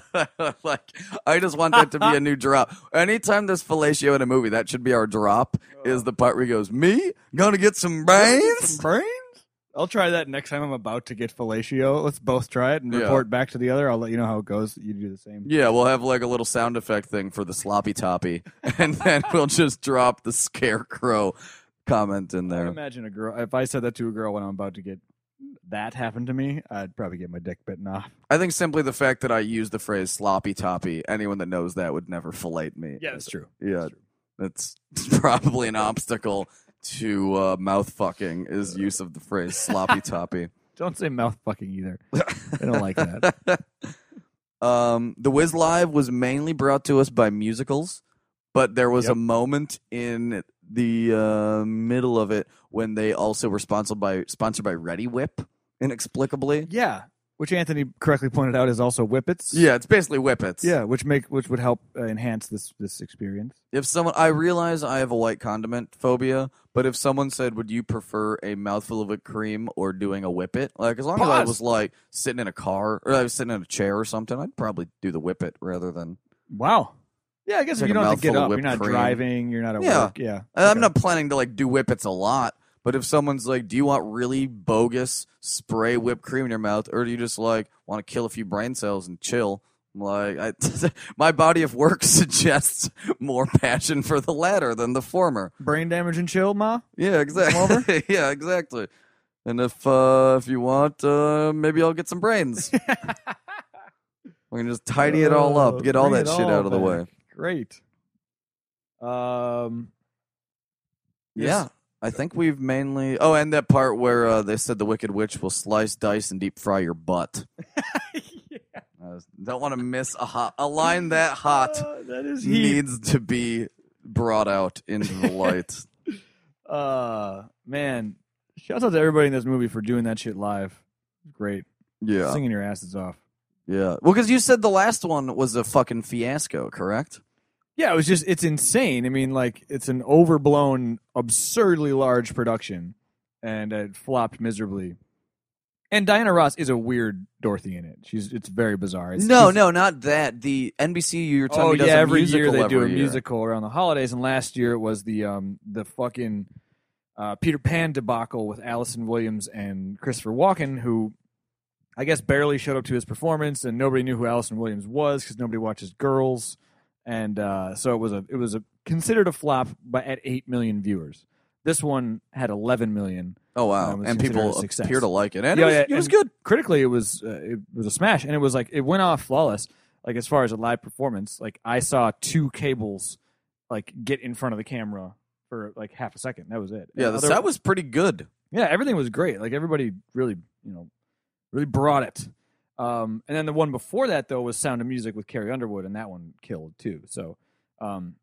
Speaker 2: like I just want that to be a new drop. Anytime there's fellatio in a movie, that should be our drop. Is the part where he goes, "Me gonna get some brains."
Speaker 1: brains? I'll try that next time I'm about to get fellatio. Let's both try it and
Speaker 2: Yeah.
Speaker 1: report back to the other. I'll let you know how it goes. You do the same.
Speaker 2: Yeah, we'll have like a little sound effect thing for the sloppy toppy, and then we'll just drop the scarecrow comment in
Speaker 1: I
Speaker 2: there.
Speaker 1: imagine a girl. If I said that to a girl when I'm about to get that happen to me, I'd probably get my dick bitten off.
Speaker 2: I think simply the fact that I used the phrase sloppy toppy, anyone that knows that would never fillet me.
Speaker 1: true.
Speaker 2: Yeah. That's probably an obstacle to uh, mouth fucking is use of the phrase sloppy toppy.
Speaker 1: Don't say mouth fucking either. I don't like that.
Speaker 2: Um, the Wiz Live was mainly brought to us by musicals, but there was a
Speaker 1: Yep.
Speaker 2: moment in the uh, middle of it when they also were sponsored by sponsored by Ready Whip inexplicably.
Speaker 1: Yeah, which Anthony correctly pointed out is also whippets.
Speaker 2: Yeah, it's basically whippets.
Speaker 1: yeah, which make which would help uh, enhance this this experience.
Speaker 2: If someone, I realize I have a white condiment phobia, but if someone said, "Would you prefer a mouthful of a cream or doing a whippet?" Like as long as I
Speaker 5: Pause.
Speaker 2: was like sitting in a car or I was sitting in a chair or something, I'd probably do the whippet rather than.
Speaker 1: Wow. Yeah, I guess
Speaker 2: Like
Speaker 1: if you
Speaker 2: a
Speaker 1: don't have to get
Speaker 2: mouthful
Speaker 1: up,
Speaker 2: of
Speaker 1: you're not
Speaker 2: whipped cream.
Speaker 1: driving, you're not at
Speaker 2: Yeah.
Speaker 1: work. Yeah,
Speaker 2: and I'm
Speaker 1: Okay.
Speaker 2: not planning to like do whippets a lot, but if someone's like, "Do you want really bogus spray whipped cream in your mouth, or do you just like want to kill a few brain cells and chill?" I'm like, I, my body of work suggests more passion for the latter than the former.
Speaker 1: brain damage and chill, ma.
Speaker 2: Yeah, exactly. yeah, exactly. And if uh, if you want, uh, maybe I'll get some brains. we can just tidy it all
Speaker 1: Oh,
Speaker 2: up, get all
Speaker 1: bring
Speaker 2: that
Speaker 1: it
Speaker 2: shit
Speaker 1: all
Speaker 2: out of the way.
Speaker 1: back. Great. Um,
Speaker 2: Yeah, I think we've mainly. Oh, and that part where uh, they said the Wicked Witch will slice, dice, and deep fry your butt. I just don't want to miss a hot a line that hot
Speaker 1: uh, that is heat.
Speaker 2: needs to be brought out into the light.
Speaker 1: Uh, man, shout out to everybody in this movie for doing that shit live. Great,
Speaker 2: yeah,
Speaker 1: singing your asses off.
Speaker 2: yeah. Well, because you said the last one was a fucking fiasco, correct?
Speaker 1: Yeah, it was just it's insane. I mean, like it's an overblown, absurdly large production, and it flopped miserably. And Diana Ross is a weird Dorothy in it. She's it's very bizarre. It's,
Speaker 2: No,
Speaker 1: she's-
Speaker 2: no, not that. The NBC you're
Speaker 1: Oh
Speaker 2: telling me
Speaker 1: yeah,
Speaker 2: does a
Speaker 1: every year
Speaker 2: musical
Speaker 1: they do a
Speaker 2: every year.
Speaker 1: musical around the holidays, and last year it was the um the fucking uh, Peter Pan debacle with Allison Williams and Christopher Walken, who I guess barely showed up to his performance, and nobody knew who Allison Williams was because nobody watches Girls, and uh, so it was a it was a considered a flop, but at eight million viewers. This one had eleven million.
Speaker 2: Oh
Speaker 1: That
Speaker 2: wow,
Speaker 1: was
Speaker 2: and
Speaker 1: um, considered a
Speaker 2: people
Speaker 1: success.
Speaker 2: appear to like it, and
Speaker 1: Yeah,
Speaker 2: it was,
Speaker 1: yeah,
Speaker 2: it was
Speaker 1: and-
Speaker 2: good.
Speaker 1: critically it was uh, it was a smash and it was like it went off flawless like as far as a live performance like i saw two cables like get in front of the camera for like half a second that was it
Speaker 2: Yeah,
Speaker 1: And
Speaker 2: the
Speaker 1: other-
Speaker 2: set was pretty good.
Speaker 1: yeah everything was great like everybody really you know really brought it um and then the one before that though was sound of music with carrie underwood and that one killed too so um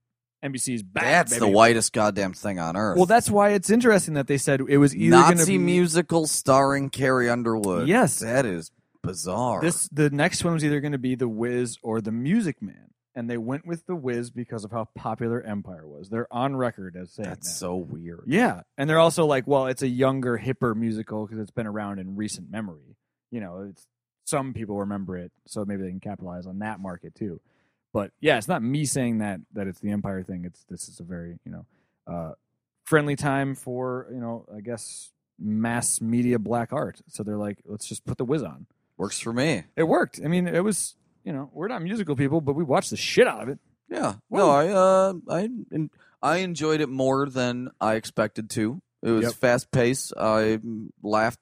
Speaker 1: nbc's back
Speaker 2: That's the
Speaker 1: baby.
Speaker 2: whitest goddamn thing on earth.
Speaker 1: well that's why it's interesting that they said it was either going to
Speaker 2: Nazi
Speaker 1: be
Speaker 2: musical starring Carrie Underwood.
Speaker 1: yes
Speaker 2: that is bizarre.
Speaker 1: This the next one was either going to be The Wiz or The Music Man, and they went with The Wiz because of how popular Empire was. They're on record as saying
Speaker 2: that's
Speaker 1: that.
Speaker 2: so weird.
Speaker 1: yeah, and they're also like, well, it's a younger, hipper musical because it's been around in recent memory. You know, it's some people remember it, so maybe they can capitalize on that market too. But yeah, it's not me saying that that it's the Empire thing. It's this is a very you know uh, friendly time for you know I guess mass media black art. So they're like, let's just put the whiz on.
Speaker 2: Works for me.
Speaker 1: It worked. I mean, it was you know we're not musical people, but we watched the shit out of it.
Speaker 2: Yeah. No, I uh, I en- I enjoyed it more than I expected to. It was
Speaker 1: Yep.
Speaker 2: fast paced. I laughed.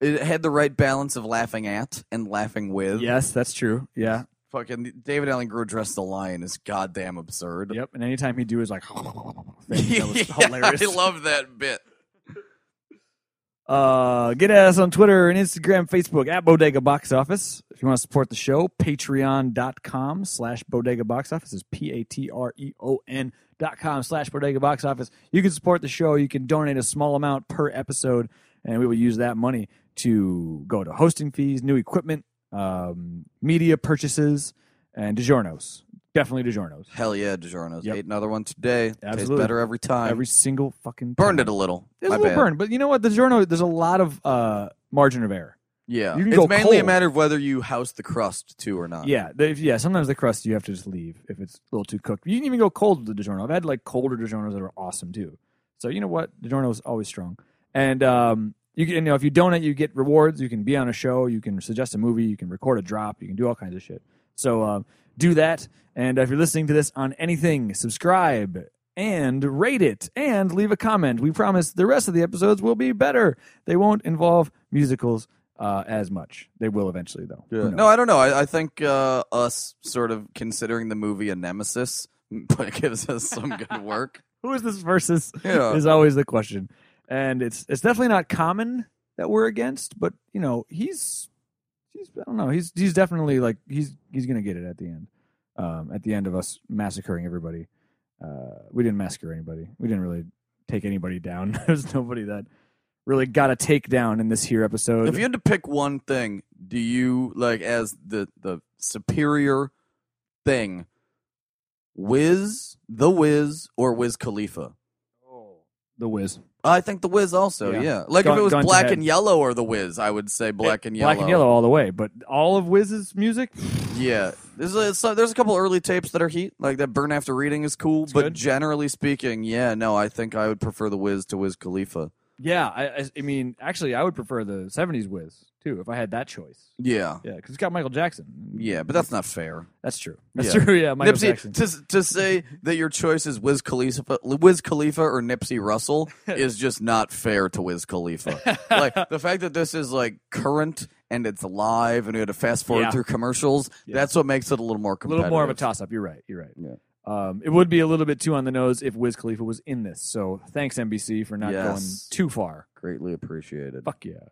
Speaker 2: It had the right balance of laughing at and laughing with.
Speaker 1: Yes, that's true. Yeah.
Speaker 2: Fucking David Allen Grew dressed the lion is goddamn absurd.
Speaker 1: Yep. And anytime he do is like, that was
Speaker 2: Yeah,
Speaker 1: hilarious.
Speaker 2: I love that bit.
Speaker 1: Uh, get at us on Twitter and Instagram, Facebook at Bodega Box Office. If you want to support the show, patreon.com slash Bodega Box Office is P-A-T-R-E-O-N E dot com slash Bodega Box Office. You can support the show. You can donate a small amount per episode, and we will use that money to go to hosting fees, new equipment, um, media purchases, and DiGiorno's. Definitely DiGiorno's.
Speaker 2: Hell yeah, DiGiorno's.
Speaker 1: Yep.
Speaker 2: Ate another one today. Tastes
Speaker 1: Absolutely.
Speaker 2: better every time.
Speaker 1: Every single fucking
Speaker 2: Burned
Speaker 1: time.
Speaker 2: it a little.
Speaker 1: There's
Speaker 2: My
Speaker 1: a little
Speaker 2: bad.
Speaker 1: burn, but you know what? The DiGiorno, there's a lot of uh, margin of error.
Speaker 2: Yeah.
Speaker 1: You can
Speaker 2: it's
Speaker 1: go
Speaker 2: mainly a
Speaker 1: cold.
Speaker 2: matter of whether you house the crust too or not.
Speaker 1: Yeah, the, yeah. Sometimes the crust you have to just leave if it's a little too cooked. You can even go cold with the DiGiorno. I've had like colder DiGiornos that are awesome too. So you know what, DiGiorno is always strong. And um, you can, you know, if you donate, you get rewards. You can be on a show. You can suggest a movie. You can record a drop. You can do all kinds of shit. So um, do that. And uh, if you're listening to this on anything, subscribe and rate it and leave a comment. We promise the rest of the episodes will be better. They won't involve musicals uh, as much. They will eventually, though. Who
Speaker 2: Yeah.
Speaker 1: knows?
Speaker 2: No, I don't know. I, I think uh, us sort of considering the movie a nemesis gives us some good work.
Speaker 1: who is this versus
Speaker 2: Yeah.
Speaker 1: is always the question and it's it's definitely not common that we're against but you know he's he's i don't know he's he's definitely like he's he's gonna get it at the end um at the end of us massacring everybody uh we didn't massacre anybody we didn't really take anybody down there's nobody that really got a takedown in this here episode
Speaker 2: If you had to pick one thing, do you like as the the superior thing, Wiz, the Wiz, or Wiz Khalifa?
Speaker 1: the whiz
Speaker 2: I think the Wiz also. Yeah,
Speaker 1: Yeah.
Speaker 2: like
Speaker 1: Gone-
Speaker 2: if it was
Speaker 1: gone to
Speaker 2: Black
Speaker 1: head.
Speaker 2: and Yellow or the Wiz, I would say Black and Yellow.
Speaker 1: Eh, black and yellow all the way but all of whiz's music
Speaker 2: Yeah, there's a, so there's a couple early tapes that are heat, like that Burn After Reading is cool. but
Speaker 1: good.
Speaker 2: generally speaking, yeah, no, I think I would prefer the Wiz to Wiz Khalifa.
Speaker 1: yeah I, I i mean actually i would prefer the 70s whiz too if i had that choice
Speaker 2: Yeah,
Speaker 1: Yeah, because it's got Michael Jackson.
Speaker 2: yeah, but that's not fair.
Speaker 1: That's true. That's
Speaker 2: Yeah.
Speaker 1: true. Yeah, Michael
Speaker 2: Nipsey
Speaker 1: Jackson.
Speaker 2: to, to say that your choice is Wiz Khalifa, Wiz Khalifa or Nipsey Russell is just not fair to Wiz Khalifa. like the fact that this is like current and it's live and we had to fast forward
Speaker 1: Yeah.
Speaker 2: through commercials.
Speaker 1: Yeah.
Speaker 2: That's what makes it a little more
Speaker 1: a
Speaker 2: competitive.
Speaker 1: little more of a toss up. You're right. You're right.
Speaker 2: Yeah.
Speaker 1: Um, it would be a little bit too on the nose if Wiz Khalifa was in this. So thanks NBC for not
Speaker 2: Yes.
Speaker 1: going too far.
Speaker 2: Greatly appreciated.
Speaker 1: Fuck yeah.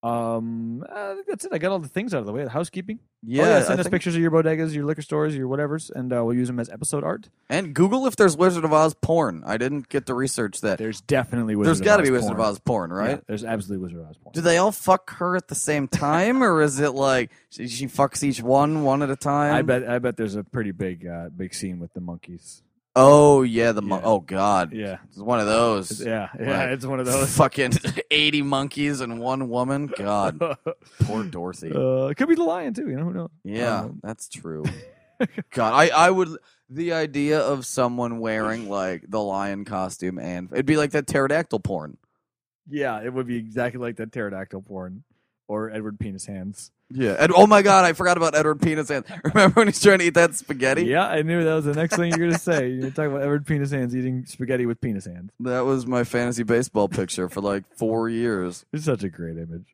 Speaker 1: Um, I think that's it. I got all the things out of the way. The housekeeping.
Speaker 2: Yeah,
Speaker 1: Oh,
Speaker 2: I
Speaker 1: send us
Speaker 2: think-
Speaker 1: pictures of your bodegas, your liquor stores, your whatever's, and uh, we'll use them as episode art.
Speaker 2: and Google if there's Wizard of Oz porn. I didn't get to research that.
Speaker 1: There's definitely Wizard.
Speaker 2: there's got to
Speaker 1: Oz
Speaker 2: be Wizard
Speaker 1: porn.
Speaker 2: of Oz porn,
Speaker 1: Yeah,
Speaker 2: right?
Speaker 1: there's absolutely Wizard of Oz porn.
Speaker 2: Do they all fuck her at the same time, or is it like she, she fucks each one one at a time?
Speaker 1: I bet. I bet there's a pretty big, uh, big scene with the monkeys.
Speaker 2: Oh yeah, the mon-
Speaker 1: Yeah.
Speaker 2: oh god,
Speaker 1: Yeah.
Speaker 2: it's one of those.
Speaker 1: Yeah. Yeah.
Speaker 2: Like,
Speaker 1: It's one of those.
Speaker 2: fucking eighty monkeys and one woman. God, poor Dorothy.
Speaker 1: Uh, it could be the lion too. You know who knows?
Speaker 2: yeah,
Speaker 1: um,
Speaker 2: that's true. God, I I would the idea of someone wearing like the lion costume and it'd be like that pterodactyl porn.
Speaker 1: Yeah, it would be exactly like that pterodactyl porn or Edward Penis Hands.
Speaker 2: Yeah, and oh my god, I forgot about Edward Penis Hand. Remember when he's trying to eat that spaghetti?
Speaker 1: Yeah, I knew that was the next thing you were gonna say. You're talking about Edward Penis Hands eating spaghetti with penis hands.
Speaker 2: That was my fantasy baseball picture for like four years.
Speaker 1: It's such a great image.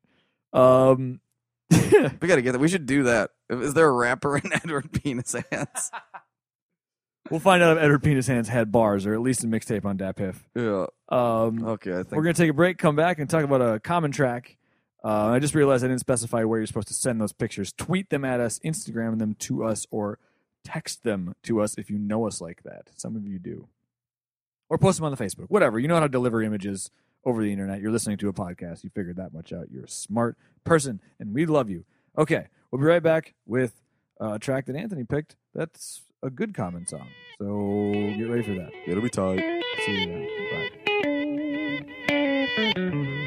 Speaker 1: Um,
Speaker 2: We gotta get that. We should do that. Is there a rapper in Edward Penis Hands?
Speaker 1: we'll find out if Edward Penis Hands had bars or at least a mixtape on Dat Piff.
Speaker 2: yeah.
Speaker 1: Um,
Speaker 2: Okay, I think
Speaker 1: we're gonna take a break, come back, and talk about a common track. Uh, I just realized I didn't specify where you're supposed to send those pictures. Tweet them at us, Instagram them to us, or text them to us if you know us like that. Some of you do, or post them on the Facebook. Whatever. You know how to deliver images over the internet. You're listening to a podcast. You figured that much out. You're a smart person, and we love you. Okay, we'll be right back with a track that Anthony picked. That's a good common song. So get ready for that.
Speaker 2: it'll be tight.
Speaker 1: See you. Then. Bye.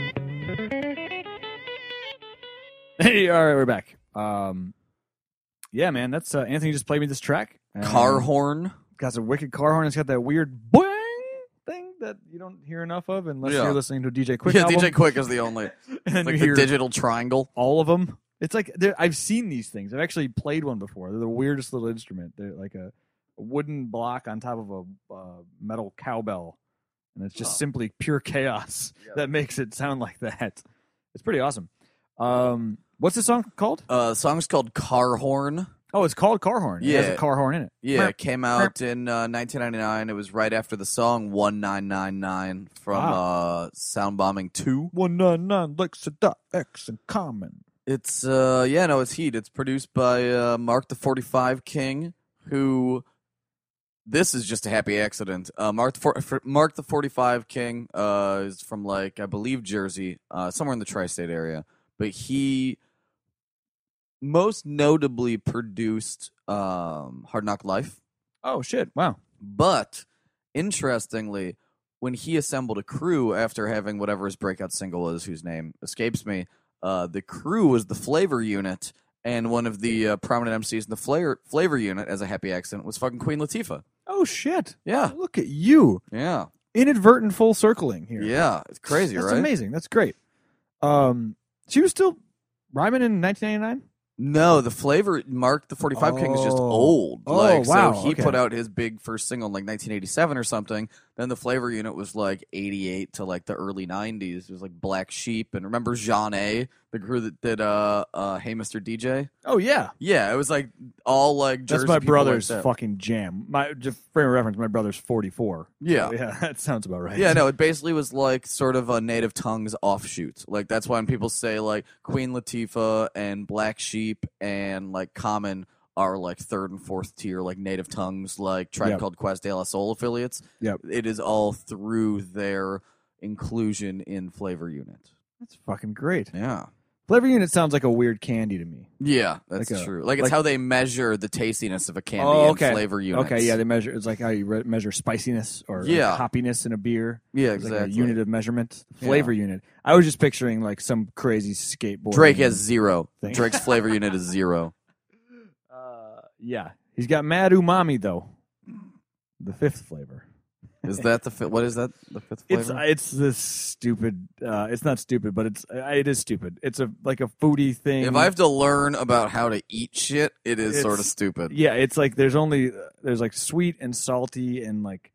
Speaker 1: Hey, all right, we're back. Um, yeah, man, that's uh, Anthony just played me this track. And
Speaker 2: Car horn.
Speaker 1: got some wicked car horn. It's got that weird boing thing that you don't hear enough of unless
Speaker 2: Yeah.
Speaker 1: you're listening to a DJ Quick
Speaker 2: yeah,
Speaker 1: album.
Speaker 2: DJ Quick is the only
Speaker 1: and
Speaker 2: like
Speaker 1: you
Speaker 2: the
Speaker 1: hear
Speaker 2: digital triangle.
Speaker 1: all of them. It's like they're- I've seen these things. I've actually played one before. They're the weirdest little instrument. They're like a, a wooden block on top of a uh, metal cowbell, and it's just
Speaker 2: Huh.
Speaker 1: simply pure chaos that makes it sound like that. It's pretty awesome. Um, what's the song called?
Speaker 2: Uh, the song's called Car Horn.
Speaker 1: Oh, it's called Car Horn. It has
Speaker 2: Yeah.
Speaker 1: a car horn in it.
Speaker 2: Yeah, it came out in uh, 1999. It was right after the song 1999 from uh, Soundbombing 2.
Speaker 1: One nine nine Lexa dot X and Common.
Speaker 2: It's uh yeah no it's Heat. It's produced by uh, Mark the Forty Five King, who this is just a happy accident. Uh, Mark the For- for- Mark the Forty Five King uh is from like I believe Jersey, uh somewhere in the tri-state area, but he most notably produced um Hard Knock Life.
Speaker 1: Oh shit! Wow.
Speaker 2: But interestingly, when he assembled a crew after having whatever his breakout single is, whose name escapes me, uh, the crew was the Flavor Unit, and one of the uh, prominent MCs in the Flavor Flavor Unit, as a happy accent, was fucking Queen Latifah.
Speaker 1: Oh shit!
Speaker 2: Yeah,
Speaker 1: Look at you,
Speaker 2: yeah,
Speaker 1: inadvertent full circling here.
Speaker 2: yeah. It's crazy,
Speaker 1: That's
Speaker 2: right?
Speaker 1: amazing. That's great. Um, she was still rhyming in 1999.
Speaker 2: No, the Flavor Mark the Forty Five King is just
Speaker 1: Oh.
Speaker 2: old.
Speaker 1: Oh,
Speaker 2: like,
Speaker 1: wow,
Speaker 2: So he
Speaker 1: okay.
Speaker 2: put out his big first single in like 1987 or something. Then the Flavor Unit was like 88 to like the early 90s. It was like Black Sheep and remember Jean A, the crew that did uh, uh Hey Mr. DJ.
Speaker 1: Oh yeah,
Speaker 2: Yeah, it was like all like Jersey
Speaker 1: that's my
Speaker 2: people like
Speaker 1: brother's
Speaker 2: that.
Speaker 1: fucking jam. My just frame of reference, my brother's 44.
Speaker 2: Yeah.
Speaker 1: yeah, that sounds about right.
Speaker 2: Oh. Yeah, no, it basically was like sort of a native tongue's offshoot. Like that's why when people say like Queen Latifah and Black Sheep and like Common are like third and fourth tier like native tongues like Tribe
Speaker 1: Yep.
Speaker 2: Called Quest De La Soul affiliates.
Speaker 1: Yep.
Speaker 2: It is all through their inclusion in Flavor Unit.
Speaker 1: that's fucking great.
Speaker 2: Yeah.
Speaker 1: Flavor Unit sounds like a weird candy to me.
Speaker 2: Yeah, that's
Speaker 1: Like a-
Speaker 2: true. Like it's
Speaker 1: like-
Speaker 2: how they measure the tastiness of a candy
Speaker 1: Oh,
Speaker 2: in
Speaker 1: okay.
Speaker 2: Flavor Unit.
Speaker 1: Okay, yeah, they measure. It's like how you re- measure spiciness or like,
Speaker 2: Yeah.
Speaker 1: hoppiness in a beer.
Speaker 2: Yeah,
Speaker 1: It's
Speaker 2: exactly.
Speaker 1: Like a unit of measurement, flavor unit. I was just picturing like some crazy skateboard.
Speaker 2: Drake has zero.
Speaker 1: Thing.
Speaker 2: Drake's Flavor Unit is zero.
Speaker 1: Uh, yeah, he's got mad umami though. The fifth flavor.
Speaker 2: Is that the fi- what is that? The fifth flavor?
Speaker 1: It's it's this stupid. Uh, it's not stupid, but it's uh, it is stupid. It's a like a foodie thing.
Speaker 2: If I have to learn about how to eat shit, it is
Speaker 1: It's-
Speaker 2: sort of stupid.
Speaker 1: yeah, it's like there's only there's like sweet and salty and like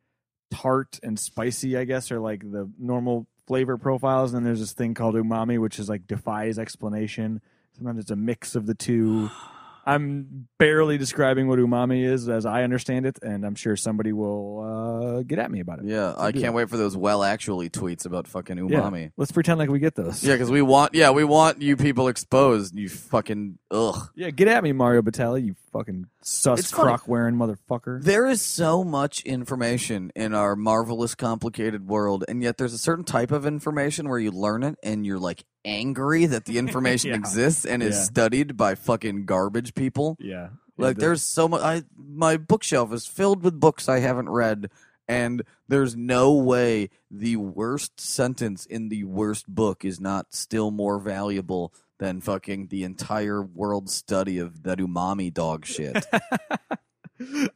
Speaker 1: tart and spicy. I guess are like the normal flavor profiles, and then there's this thing called umami, which is like defies explanation. Sometimes it's a mix of the two. I'm barely describing what umami is as I understand it, and I'm sure somebody will uh, get at me about it.
Speaker 2: Yeah, I
Speaker 1: do.
Speaker 2: can't wait for those well actually tweets about fucking
Speaker 1: Yeah,
Speaker 2: umami.
Speaker 1: Let's pretend like we get those.
Speaker 2: Yeah, because we want yeah we want you people exposed. You fucking ugh.
Speaker 1: Yeah, get at me, Mario Batali, you fucking sus
Speaker 2: It's funny.
Speaker 1: crock wearing motherfucker.
Speaker 2: There is so much information in our marvelous, complicated world, and yet there's a certain type of information where you learn it and you're like angry that the information
Speaker 1: Yeah.
Speaker 2: exists and is
Speaker 1: Yeah.
Speaker 2: studied by fucking garbage people.
Speaker 1: Yeah.
Speaker 2: Like there's so much. I my bookshelf is filled with books I haven't read, and there's no way the worst sentence in the worst book is not still more valuable than fucking the entire world study of that umami dog shit.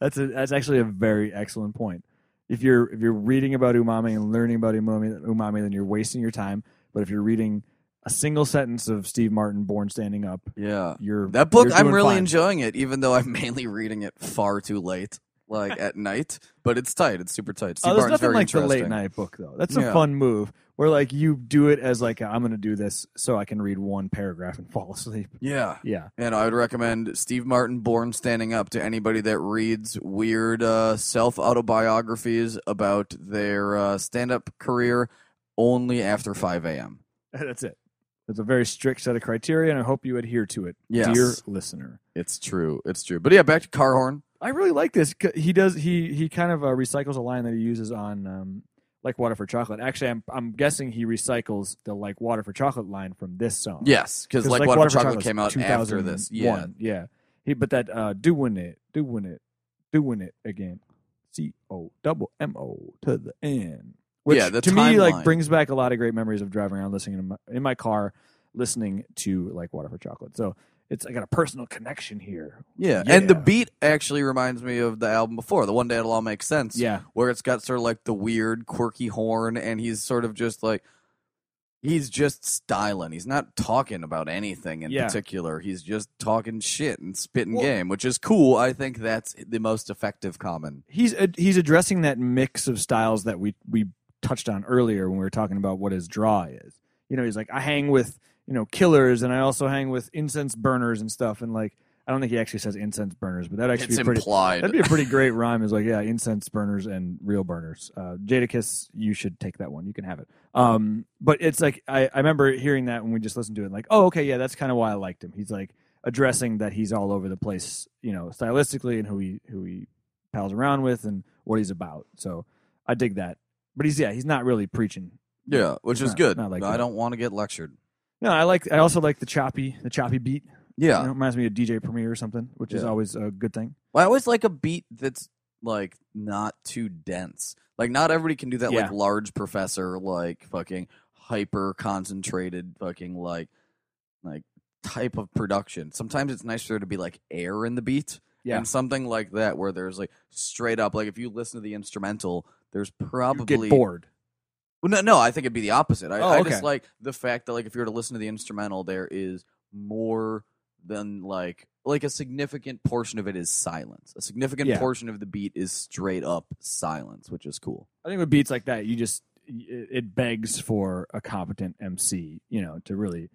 Speaker 1: that's a, that's actually a very excellent point. If you're if you're reading about umami and learning about umami umami, then you're wasting your time. But if you're reading a single sentence of Steve Martin Born Standing Up,
Speaker 2: yeah,
Speaker 1: you're
Speaker 2: that book
Speaker 1: you're
Speaker 2: I'm
Speaker 1: doing
Speaker 2: really
Speaker 1: fine.
Speaker 2: enjoying it, even though I'm mainly reading it far too late, like at night. But it's tight. It's super tight. Steve
Speaker 1: Oh, there's
Speaker 2: Martin's
Speaker 1: nothing
Speaker 2: very
Speaker 1: like the late
Speaker 2: interesting.
Speaker 1: night book though. That's
Speaker 2: Yeah.
Speaker 1: a fun move where like you do it as like I'm going to do this so I can read one paragraph and fall asleep.
Speaker 2: Yeah.
Speaker 1: Yeah.
Speaker 2: And I would recommend Steve Martin Born Standing Up to anybody that reads weird uh, self autobiographies about their uh, stand up career only after 5 a.m.
Speaker 1: That's it. It's a very strict set of criteria, and I hope you adhere to it,
Speaker 2: Yes.
Speaker 1: dear listener.
Speaker 2: It's true. It's true. But yeah, back to Carhorn.
Speaker 1: I really like this. 'cause He does. He he kind of uh, recycles a line that he uses on um, like water for chocolate. Actually, I'm I'm guessing he recycles the like water for chocolate line from this song.
Speaker 2: Yes, because like, Water, Chocolate, came out
Speaker 1: Chocolate's
Speaker 2: after this. Yeah.
Speaker 1: 2001. yeah. He but that uh, doing it, doing it, doing it again. C O double M O to the end. Which
Speaker 2: Yeah, the
Speaker 1: to me
Speaker 2: timeline.
Speaker 1: like brings back a lot of great memories of driving around listening to my, in my car, listening to like water for chocolate. So it's I got a personal connection here.
Speaker 2: Yeah. And the
Speaker 1: Yeah.
Speaker 2: beat actually reminds me of the album before, the One Day It'll All Make Sense.
Speaker 1: Yeah,
Speaker 2: Where it's got sort of like the weird, quirky horn, and he's sort of just like he's just styling. He's not talking about anything in
Speaker 1: Yeah.
Speaker 2: particular. He's just talking shit and spitting
Speaker 1: Well-
Speaker 2: game, which is cool. I think that's the most effective common.
Speaker 1: he's ad- he's addressing that mix of styles that we we touched on earlier when we were talking about what his draw is. You know, he's like I hang with you know killers, and I also hang with incense burners and stuff. And like, I don't think he actually says incense burners, but that actually
Speaker 2: It's
Speaker 1: be pretty.
Speaker 2: implied.
Speaker 1: That'd be a pretty great rhyme. Is like, yeah, incense burners and real burners. Uh, Jadakiss, you should take that one. You can have it. Um, but it's like I, I remember hearing that when we just listened to it. Like, oh, okay, yeah, that's kind of why I liked him. He's like addressing that he's all over the place, you know, stylistically and who he who he pals around with and what he's about. So I dig that. But he's yeah, he's not really preaching.
Speaker 2: yeah, which is
Speaker 1: Not-
Speaker 2: good.
Speaker 1: not like
Speaker 2: I
Speaker 1: that.
Speaker 2: don't want to get lectured.
Speaker 1: No, I like. I also like the choppy, the choppy beat.
Speaker 2: Yeah.
Speaker 1: You know, reminds me of DJ Premier or something, which is
Speaker 2: Yeah.
Speaker 1: always a good thing.
Speaker 2: Well, I always like a beat that's like not too dense. Like not everybody can do that like
Speaker 1: Yeah.
Speaker 2: large professor like fucking hyper concentrated fucking like like type of production. Sometimes it's nicer to be like air in the beat.
Speaker 1: Yeah.
Speaker 2: And something like that where there's like straight up like if you listen to the instrumental, there's
Speaker 1: You
Speaker 2: probably
Speaker 1: get bored.
Speaker 2: well, no, no, I think it'd be the opposite. I,
Speaker 1: Oh,
Speaker 2: I
Speaker 1: okay.
Speaker 2: just like the fact that like if you were to listen to the instrumental, there is more than like like a significant portion of it is silence. A significant
Speaker 1: Yeah.
Speaker 2: portion of the beat is straight up silence, which is cool.
Speaker 1: I think with beats like that, you just it it begs for a competent MC, you know, to really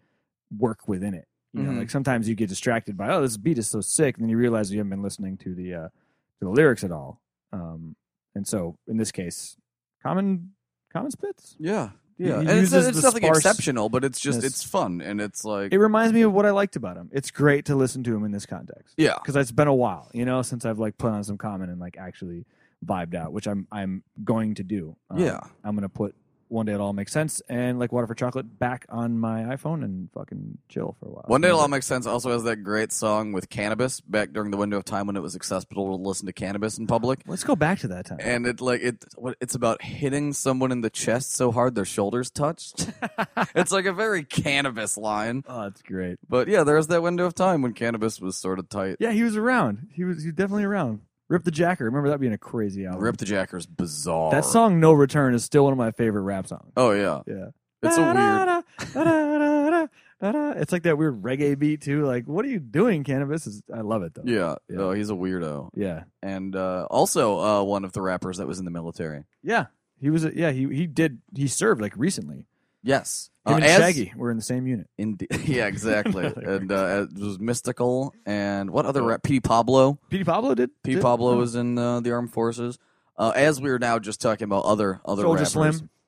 Speaker 1: work within it. You
Speaker 2: Mhm.
Speaker 1: know, like sometimes you get distracted by oh, this beat is so sick, and then you realize you haven't been listening to the uh, to the lyrics at all. Um, and so in this case, common common spits.
Speaker 2: Yeah,
Speaker 1: yeah.
Speaker 2: and
Speaker 1: It
Speaker 2: it's,
Speaker 1: uses
Speaker 2: it's
Speaker 1: the
Speaker 2: nothing
Speaker 1: sparse-
Speaker 2: exceptional, but it's just
Speaker 1: Yes.
Speaker 2: it's fun and it's like
Speaker 1: It reminds me of what I liked about him. It's great to listen to him in this context
Speaker 2: yeah,
Speaker 1: because it's been a while, you know, since I've like put on some common and like actually vibed out, which I'm I'm going to do. Um,
Speaker 2: yeah.
Speaker 1: I'm gonna put one day it all makes sense and like water for chocolate back on my iPhone and fucking chill for a while.
Speaker 2: One day it'll all make sense. Also has that great song with cannabis back during the window of time when it was acceptable to listen to cannabis in public.
Speaker 1: Let's go back to that time.
Speaker 2: and it like it what it's about hitting someone in the chest so hard their shoulders touched. it's like a very cannabis line.
Speaker 1: oh, that's great.
Speaker 2: But yeah, there's that window of time when cannabis was sort of tight.
Speaker 1: Yeah, he was around. He was he was definitely around. Rip the Jacker. Remember that being a crazy album.
Speaker 2: Rip the Jacker's bizarre.
Speaker 1: that song No Return is still one of my favorite rap songs.
Speaker 2: Oh yeah.
Speaker 1: Yeah.
Speaker 2: It's a weird
Speaker 1: weird It's like that weird reggae beat too. Like, what are you doing, cannabis? Is I love it though.
Speaker 2: Yeah.
Speaker 1: Yeah.
Speaker 2: No, he's a weirdo.
Speaker 1: Yeah.
Speaker 2: And uh, also uh, one of the rappers that was in the military.
Speaker 1: Yeah. He was a, yeah, he he did he served like recently.
Speaker 2: Yes.
Speaker 1: Him
Speaker 2: Uh,
Speaker 1: and
Speaker 2: as-
Speaker 1: Shaggy were in the same unit.
Speaker 2: Indi- yeah, exactly. and uh, it was mystical and what other rap P Pablo.
Speaker 1: P. Pablo did
Speaker 2: P.
Speaker 1: did-
Speaker 2: Pablo
Speaker 1: oh.
Speaker 2: was in uh, the armed forces. Uh, as we are now just talking about other other
Speaker 1: Soldier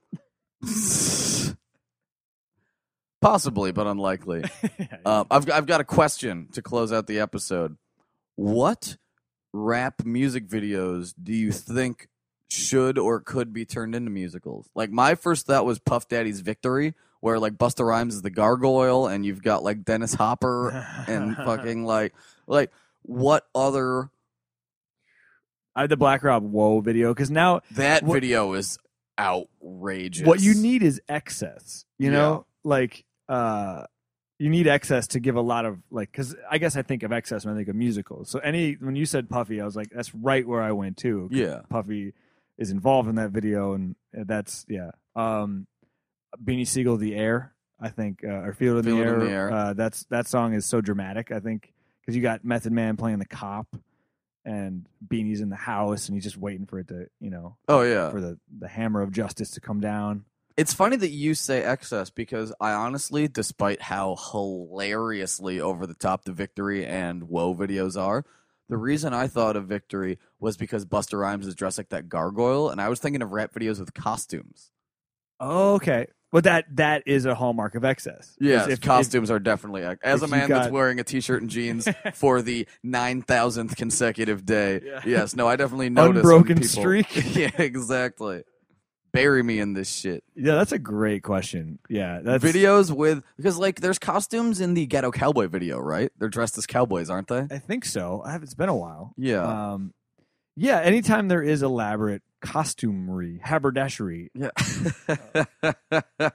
Speaker 2: rappers. Possibly, but unlikely. Uh, I've I've got a question to close out the episode. What rap music videos do you think should or could be turned into musicals? Like my first thought was Puff Daddy's Victory, where like Busta Rhymes is the gargoyle, and you've got like Dennis Hopper er, and fucking like like what other
Speaker 1: I had the Black Rob Whoa video because now
Speaker 2: That
Speaker 1: What-
Speaker 2: video is outrageous.
Speaker 1: what you need is excess. You know, like uh, you need excess to give a lot of like. Because I guess I think of excess when I think of musicals. So any when you said Puffy, I was like, that's right where I went to.
Speaker 2: Yeah.
Speaker 1: Puffy is involved in that video, and uh, that's yeah. Um, Beanie Siegel, the air, I think, uh, or Field in the
Speaker 2: Field in
Speaker 1: air.
Speaker 2: the Air.
Speaker 1: Uh, that's that song is so dramatic. I think because you got Method Man playing the cop, and Beanie's in the house, and he's just waiting for it to, you know,
Speaker 2: Oh yeah.
Speaker 1: for the the hammer of justice to come down.
Speaker 2: It's funny that you say excess because I honestly, despite how hilariously over the top the victory and woe videos are, the reason I thought of victory was because Buster Rhymes is dressed like that gargoyle, and I was thinking of rap videos with costumes.
Speaker 1: okay, but that that is a hallmark of excess.
Speaker 2: Yes,
Speaker 1: Is if-
Speaker 2: costumes are definitely ex- as
Speaker 1: if
Speaker 2: a
Speaker 1: you
Speaker 2: man that's
Speaker 1: got-
Speaker 2: wearing a t-shirt and jeans for the nine thousandth consecutive day.
Speaker 1: Yeah.
Speaker 2: Yes, no, I definitely
Speaker 1: if-
Speaker 2: noticed when
Speaker 1: unbroken
Speaker 2: people-
Speaker 1: streak.
Speaker 2: yeah, exactly. Bury me in this shit.
Speaker 1: Yeah, that's a great question. Yeah, that's
Speaker 2: videos with because like there's costumes in the ghetto cowboy video, right? They're dressed as cowboys, aren't they?
Speaker 1: I think so. I have, it's been a while.
Speaker 2: Yeah.
Speaker 1: Um, yeah. Anytime there is elaborate costumery, haberdashery.
Speaker 2: Yeah.
Speaker 1: uh,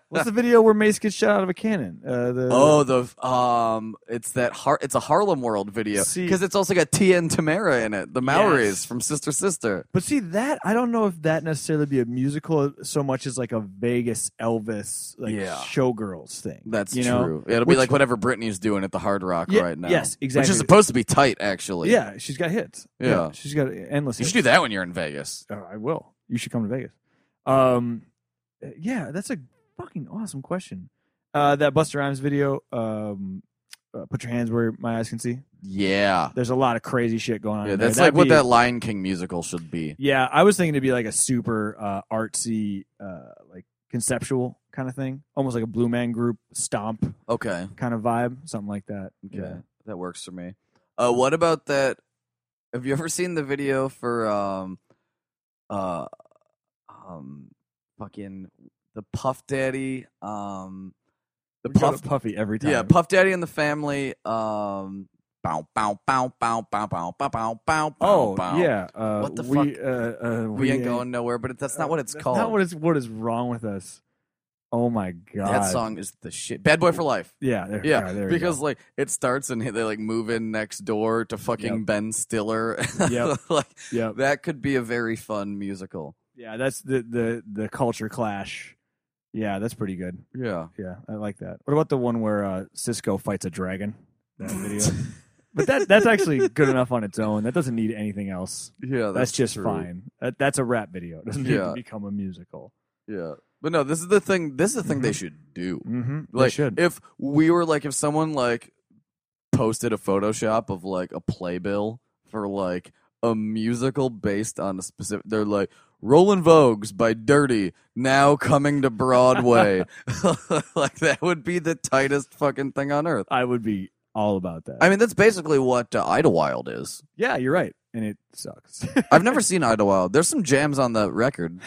Speaker 1: What's the video where Mace gets shot out of a cannon? Uh, the,
Speaker 2: oh, the um, it's that Har- it's a Harlem World video
Speaker 1: See-
Speaker 2: because it's also got Tia and Tamara in it, the Maoris
Speaker 1: Yes.
Speaker 2: from Sister Sister.
Speaker 1: But see that I don't know if that necessarily be a musical so much as like a Vegas Elvis like
Speaker 2: Yeah.
Speaker 1: showgirls thing.
Speaker 2: That's
Speaker 1: you know?
Speaker 2: true. It'll
Speaker 1: Which-
Speaker 2: be like whatever Britney's doing at the Hard Rock
Speaker 1: Yeah,
Speaker 2: right now.
Speaker 1: yes,
Speaker 2: Which
Speaker 1: exactly.
Speaker 2: is supposed to be tight, actually.
Speaker 1: Yeah, she's got hits.
Speaker 2: Yeah.
Speaker 1: she's got endless.
Speaker 2: You
Speaker 1: hits.
Speaker 2: should do that when you're in Vegas.
Speaker 1: Uh, I will. You should come to Vegas. Um, uh, yeah, that's a fucking awesome question. Uh, that Buster Rhymes video, um, uh, put your hands where my eyes can see.
Speaker 2: Yeah.
Speaker 1: There's a lot of crazy shit going on.
Speaker 2: Yeah,
Speaker 1: in there.
Speaker 2: that's like
Speaker 1: That'd
Speaker 2: what
Speaker 1: be-
Speaker 2: that Lion King musical should be.
Speaker 1: Yeah, I was thinking to be like a super uh, artsy, uh, like conceptual kind of thing, almost like a Blue Man Group stomp
Speaker 2: Okay.
Speaker 1: kind of vibe, something like that.
Speaker 2: Okay. That works for me. Uh, what about that? Have you ever seen the video for um, uh, um, fucking the Puff Daddy, um, the
Speaker 1: We go
Speaker 2: Puff,
Speaker 1: to puffy every time.
Speaker 2: yeah, Puff Daddy and the Family, um, bow bow bow bow bow bow bow bow bow.
Speaker 1: Oh
Speaker 2: bow.
Speaker 1: yeah. Uh,
Speaker 2: What the
Speaker 1: we,
Speaker 2: fuck?
Speaker 1: Uh, uh,
Speaker 2: we, ain't going nowhere. But that's not what it's
Speaker 1: that's
Speaker 2: called.
Speaker 1: Not what is what is wrong with us? Oh my god.
Speaker 2: that song is the shit. Bad Boy for Life.
Speaker 1: Yeah. There,
Speaker 2: Yeah,
Speaker 1: God, there you
Speaker 2: because
Speaker 1: go.
Speaker 2: like it starts and they like move in next door to fucking
Speaker 1: Yep.
Speaker 2: Ben Stiller.
Speaker 1: Yep.
Speaker 2: like
Speaker 1: yeah,
Speaker 2: that could be a very fun musical.
Speaker 1: yeah. That's the the the culture clash. Yeah, that's pretty good.
Speaker 2: Yeah.
Speaker 1: Yeah, I like that. What about the one where uh, Cisco fights a dragon? That video. but that that's actually good enough on its own. That doesn't need anything else.
Speaker 2: Yeah, that's,
Speaker 1: That's, just
Speaker 2: true.
Speaker 1: fine. That, that's a rap video. It doesn't need
Speaker 2: Yeah.
Speaker 1: to become a musical.
Speaker 2: Yeah. But no, this is the thing this is the thing they should do.
Speaker 1: Mm-hmm.
Speaker 2: Like
Speaker 1: they should.
Speaker 2: if we were like if someone like posted a Photoshop of like a playbill for like a musical based on a specific they're like Roland Vogues by Dirty now coming to Broadway. like that would be the tightest fucking thing on earth.
Speaker 1: I would be all about that.
Speaker 2: I mean, that's basically what uh, Idlewild is.
Speaker 1: yeah, you're right, and it sucks.
Speaker 2: I've never seen Idlewild. There's some jams on the record.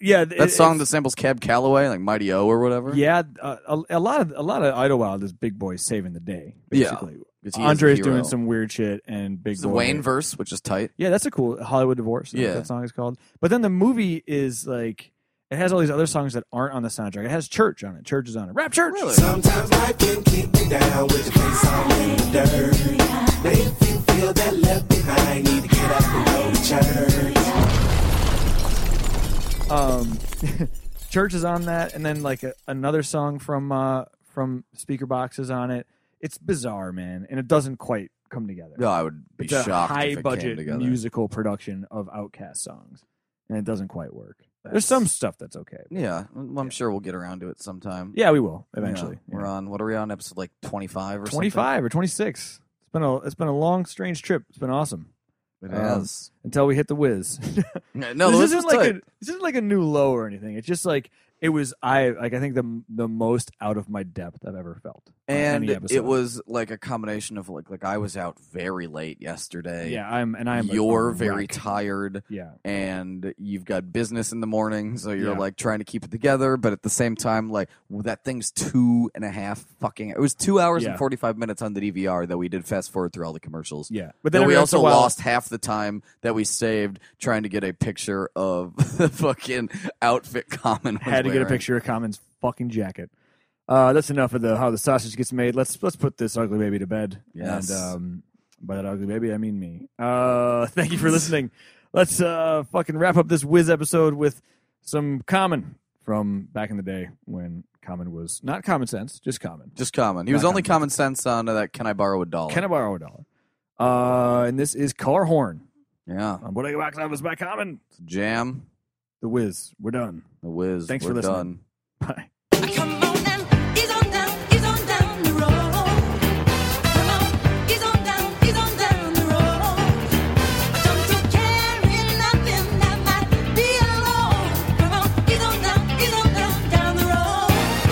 Speaker 1: yeah, th-
Speaker 2: That
Speaker 1: it-
Speaker 2: song that
Speaker 1: it's-
Speaker 2: samples Cab Calloway, like Mighty O or whatever.
Speaker 1: Yeah, uh, a, a lot of a lot of Idlewild is Big Boy saving the day.
Speaker 2: Yeah.
Speaker 1: Basically,
Speaker 2: 'Cause he is a
Speaker 1: Andre's
Speaker 2: hero.
Speaker 1: doing some weird shit, and Big
Speaker 2: It's the
Speaker 1: Boy
Speaker 2: Wayne verse, which is tight.
Speaker 1: Yeah, that's a cool Hollywood divorce. Yeah,
Speaker 2: Yeah.
Speaker 1: that song is called. But then the movie is like it has all these other songs that aren't on the soundtrack. It has Church on it. Church is on it. Rap Church.
Speaker 2: Really?
Speaker 6: Sometimes life can kick me down with a face all in the dirt. But if you feel that left behind, need to get up and go to church.
Speaker 1: Um, Church is on that, and then like a, another song from uh from Speaker Box is on it. It's bizarre, man, and it doesn't quite come together.
Speaker 2: No, I would be
Speaker 1: it's a
Speaker 2: shocked
Speaker 1: high
Speaker 2: if it came
Speaker 1: budget
Speaker 2: together.
Speaker 1: musical production of Outcast songs, and it doesn't quite work. There's
Speaker 2: That's-
Speaker 1: some stuff that's okay.
Speaker 2: Yeah, well, I'm sure we'll get around to it sometime.
Speaker 1: Yeah, we will
Speaker 2: Yeah,
Speaker 1: eventually.
Speaker 2: we're on. What are we on? Episode like 25 or
Speaker 1: 25 or 26. It's been a it's been a long strange trip. It's been awesome
Speaker 2: something?
Speaker 1: um, until we hit the whiz.
Speaker 2: Yeah, No,
Speaker 1: this
Speaker 2: this
Speaker 1: isn't
Speaker 2: was
Speaker 1: like
Speaker 2: tight.
Speaker 1: a this isn't like a new low or anything. It's just like it was I like I think the the most out of my depth I've ever felt. on any
Speaker 2: and
Speaker 1: episode.
Speaker 2: it was like a combination of like like I was out very late yesterday.
Speaker 1: yeah. I'm and I'm a-
Speaker 2: you're
Speaker 1: a
Speaker 2: very
Speaker 1: wreck.
Speaker 2: tired.
Speaker 1: Yeah,
Speaker 2: and you've got business in the morning, so you're
Speaker 1: Yeah.
Speaker 2: like trying to keep it together, but at the same time, like well, that thing's two and a half fucking. It was two hours
Speaker 1: Yeah.
Speaker 2: and forty five minutes on the DVR that we did fast forward through all the commercials.
Speaker 1: yeah.
Speaker 2: But
Speaker 1: But
Speaker 2: then
Speaker 1: then
Speaker 2: we
Speaker 1: every once in
Speaker 2: also
Speaker 1: a while-
Speaker 2: lost half the time that we saved trying to get a picture of the fucking outfit Common was
Speaker 1: Had to get a
Speaker 2: wearing.
Speaker 1: picture of Common's fucking jacket. Uh, that's enough of the how the sausage gets made. Let's let's put this ugly baby to bed.
Speaker 2: Yes.
Speaker 1: And um, by that ugly baby, I mean me. Uh, thank you for listening. Let's uh, fucking wrap up this whiz episode with some Common from back in the day when Common was not common sense, just Common.
Speaker 2: Just Common. He was
Speaker 1: Not
Speaker 2: only Common Sense on uh, that. Can I borrow a dollar?
Speaker 1: Can I borrow a dollar? Uh, and this is Car Horn
Speaker 2: yeah,
Speaker 1: on Bodega Box Office by Common.
Speaker 2: it's a jam.
Speaker 1: The whiz. We're done.
Speaker 2: The whiz.
Speaker 1: Thanks
Speaker 2: We're
Speaker 1: for listening.
Speaker 2: done.
Speaker 1: Bye.
Speaker 7: Come on down, he's on down, he's on down the road. Come on, he's on down, he's on down the road. Don't you carry nothing that might be a load. Come on, he's on down, he's on down, down the road.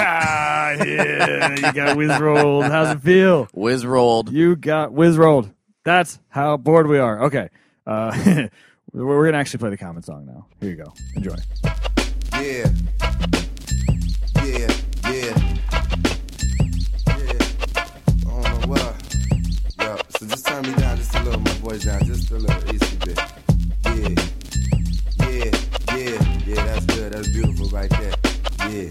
Speaker 1: Ah, yeah, you got whiz rolled. How's it feel?
Speaker 2: Whiz rolled.
Speaker 1: You got whiz rolled. That's how bored we are. Okay. Uh, we're we're going to actually play the common song now. Here you go. Enjoy.
Speaker 6: Yeah. Yeah, yeah. Yeah. I don't know why. Yo, so just turn me down just a little, my boy down, just a little easy bit. Yeah. Yeah.
Speaker 8: right there. Yeah,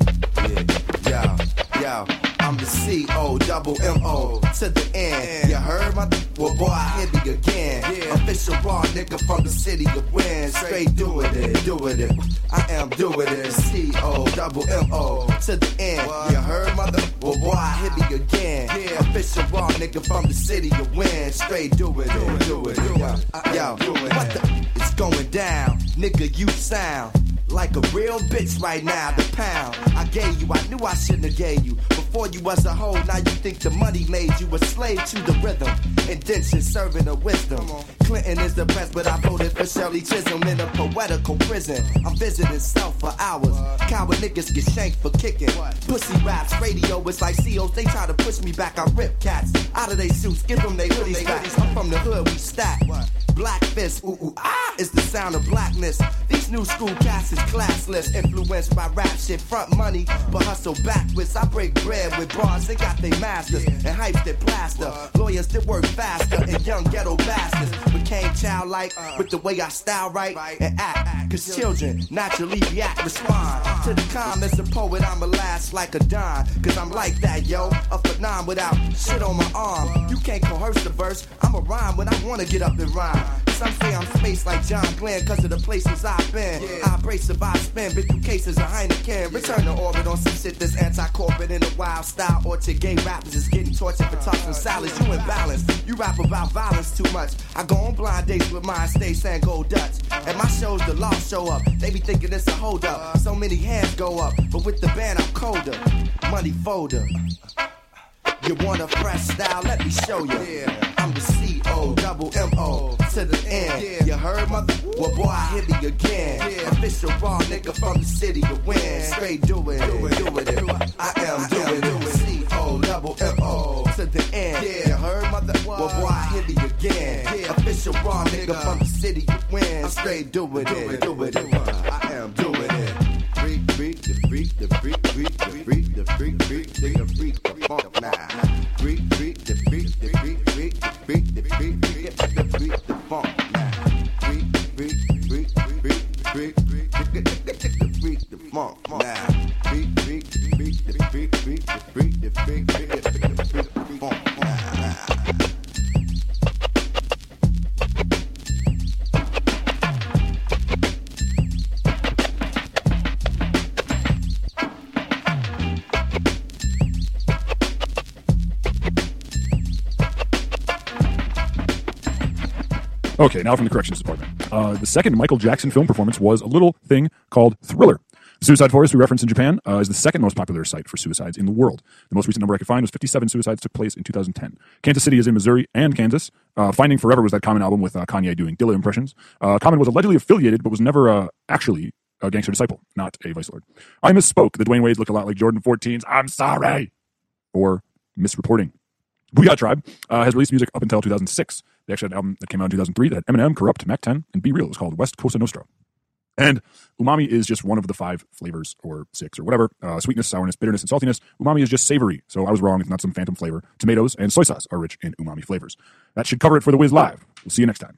Speaker 8: yeah, yo, yo. I'm the C O double M O to the end. You heard my d- well, boy, I hit me again. Official raw nigga from the city of wind. Straight doing it, doing it. I am doing it. C O double M O to the end. You heard my d- well, boy, I hit me again. Official raw nigga from the city of wind. Straight doing it, doing it. Yo, yo, what the? It's going down, nigga. You sound like a real bitch right now. The pound I gave you, I knew I shouldn't have gave you. Before you was a hoe, now you think the money made you a slave to the rhythm. Indention serving the wisdom. Clinton is the best, but I voted for Shirley Chisholm in a poetical prison. I'm visiting South for hours. Coward niggas get shanked for kicking. Pussy raps, radio is like COs. They try to push me back. I rip cats out of their suits, give them they hoodies back. I'm from the hood, we stack. Black fist, ooh ooh ah, is the sound of blackness. These new school cats is classless, influenced by rap shit. Front money, but hustle backwards. I break bread with bras, they got they masters and hypes that plaster. Lawyers that work faster and young ghetto bastards became childlike with the way I style right and act. Cause children naturally react, respond to the calm. As a poet, I'ma last like a dime. Cause I'm like that, yo, a phenom without shit on my arm. uh, You can't coerce the verse, I'ma rhyme when I wanna get up and rhyme. Some say I'm spaced like John Glenn cause of the places I've been. I brace if I spin, big through cases of Heineken. Return to orbit on some shit that's anti-corporate in a wild style. Or to gay rappers is getting tortured for tossing salads. You imbalanced. You rap about violence too much. I go on blind dates with mine, stay saying go Dutch. And my shows the law show up. They be thinking it's a hold up. So many hands go up, but with the band I'm colder. Money folder. You want a fresh style? Let me show you. I'm the C O double M O to the end. You heard mother? Well, boy, I hit me again. Official raw nigga from the city to win. Straight doing it, doing it. I am doing it. C O double M O to the end. You heard mother? Well, boy, I hit me again. Official raw nigga from the city to win. Straight doing it, doing it. I am doing it. Freak, freak, the freak, the freak, freak, the freak, the freak, freak, the freak, the funk now. Freak, freak, the freak, the freak, freak, the freak, the freak, freak, the freak, the funk now. Freak, freak, freak, freak, freak, freak, the freak, the funk now. Freak, freak, the freak, the freak, freak, the freak, the freak, freak, the freak, the freak, the funk now.
Speaker 9: Okay, now from the corrections department. Uh, the second Michael Jackson film performance was a little thing called Thriller. The suicide forest we reference in Japan uh, is the second most popular site for suicides in the world. The most recent number I could find was 57 suicides took place in 2010. Kansas City is in Missouri and Kansas. Uh, Finding Forever was that Common album with uh, Kanye doing Dilla impressions. Uh, Common was allegedly affiliated, but was never uh, actually a gangster disciple, not a vice lord. I misspoke. The Dwayne Wade looked a lot like Jordan 14's I'm sorry, or misreporting. Booyah Tribe uh, has released music up until 2006. They actually had an album that came out in 2003 that had Eminem, Corrupt, Mac 10, and Be Real. It was called West Costa Nostra. And umami is just one of the five flavors or six or whatever uh, sweetness, sourness, bitterness, and saltiness. Umami is just savory. So I was wrong. It's not some phantom flavor. Tomatoes and soy sauce are rich in umami flavors. That should cover it for The Wiz Live. We'll see you next time.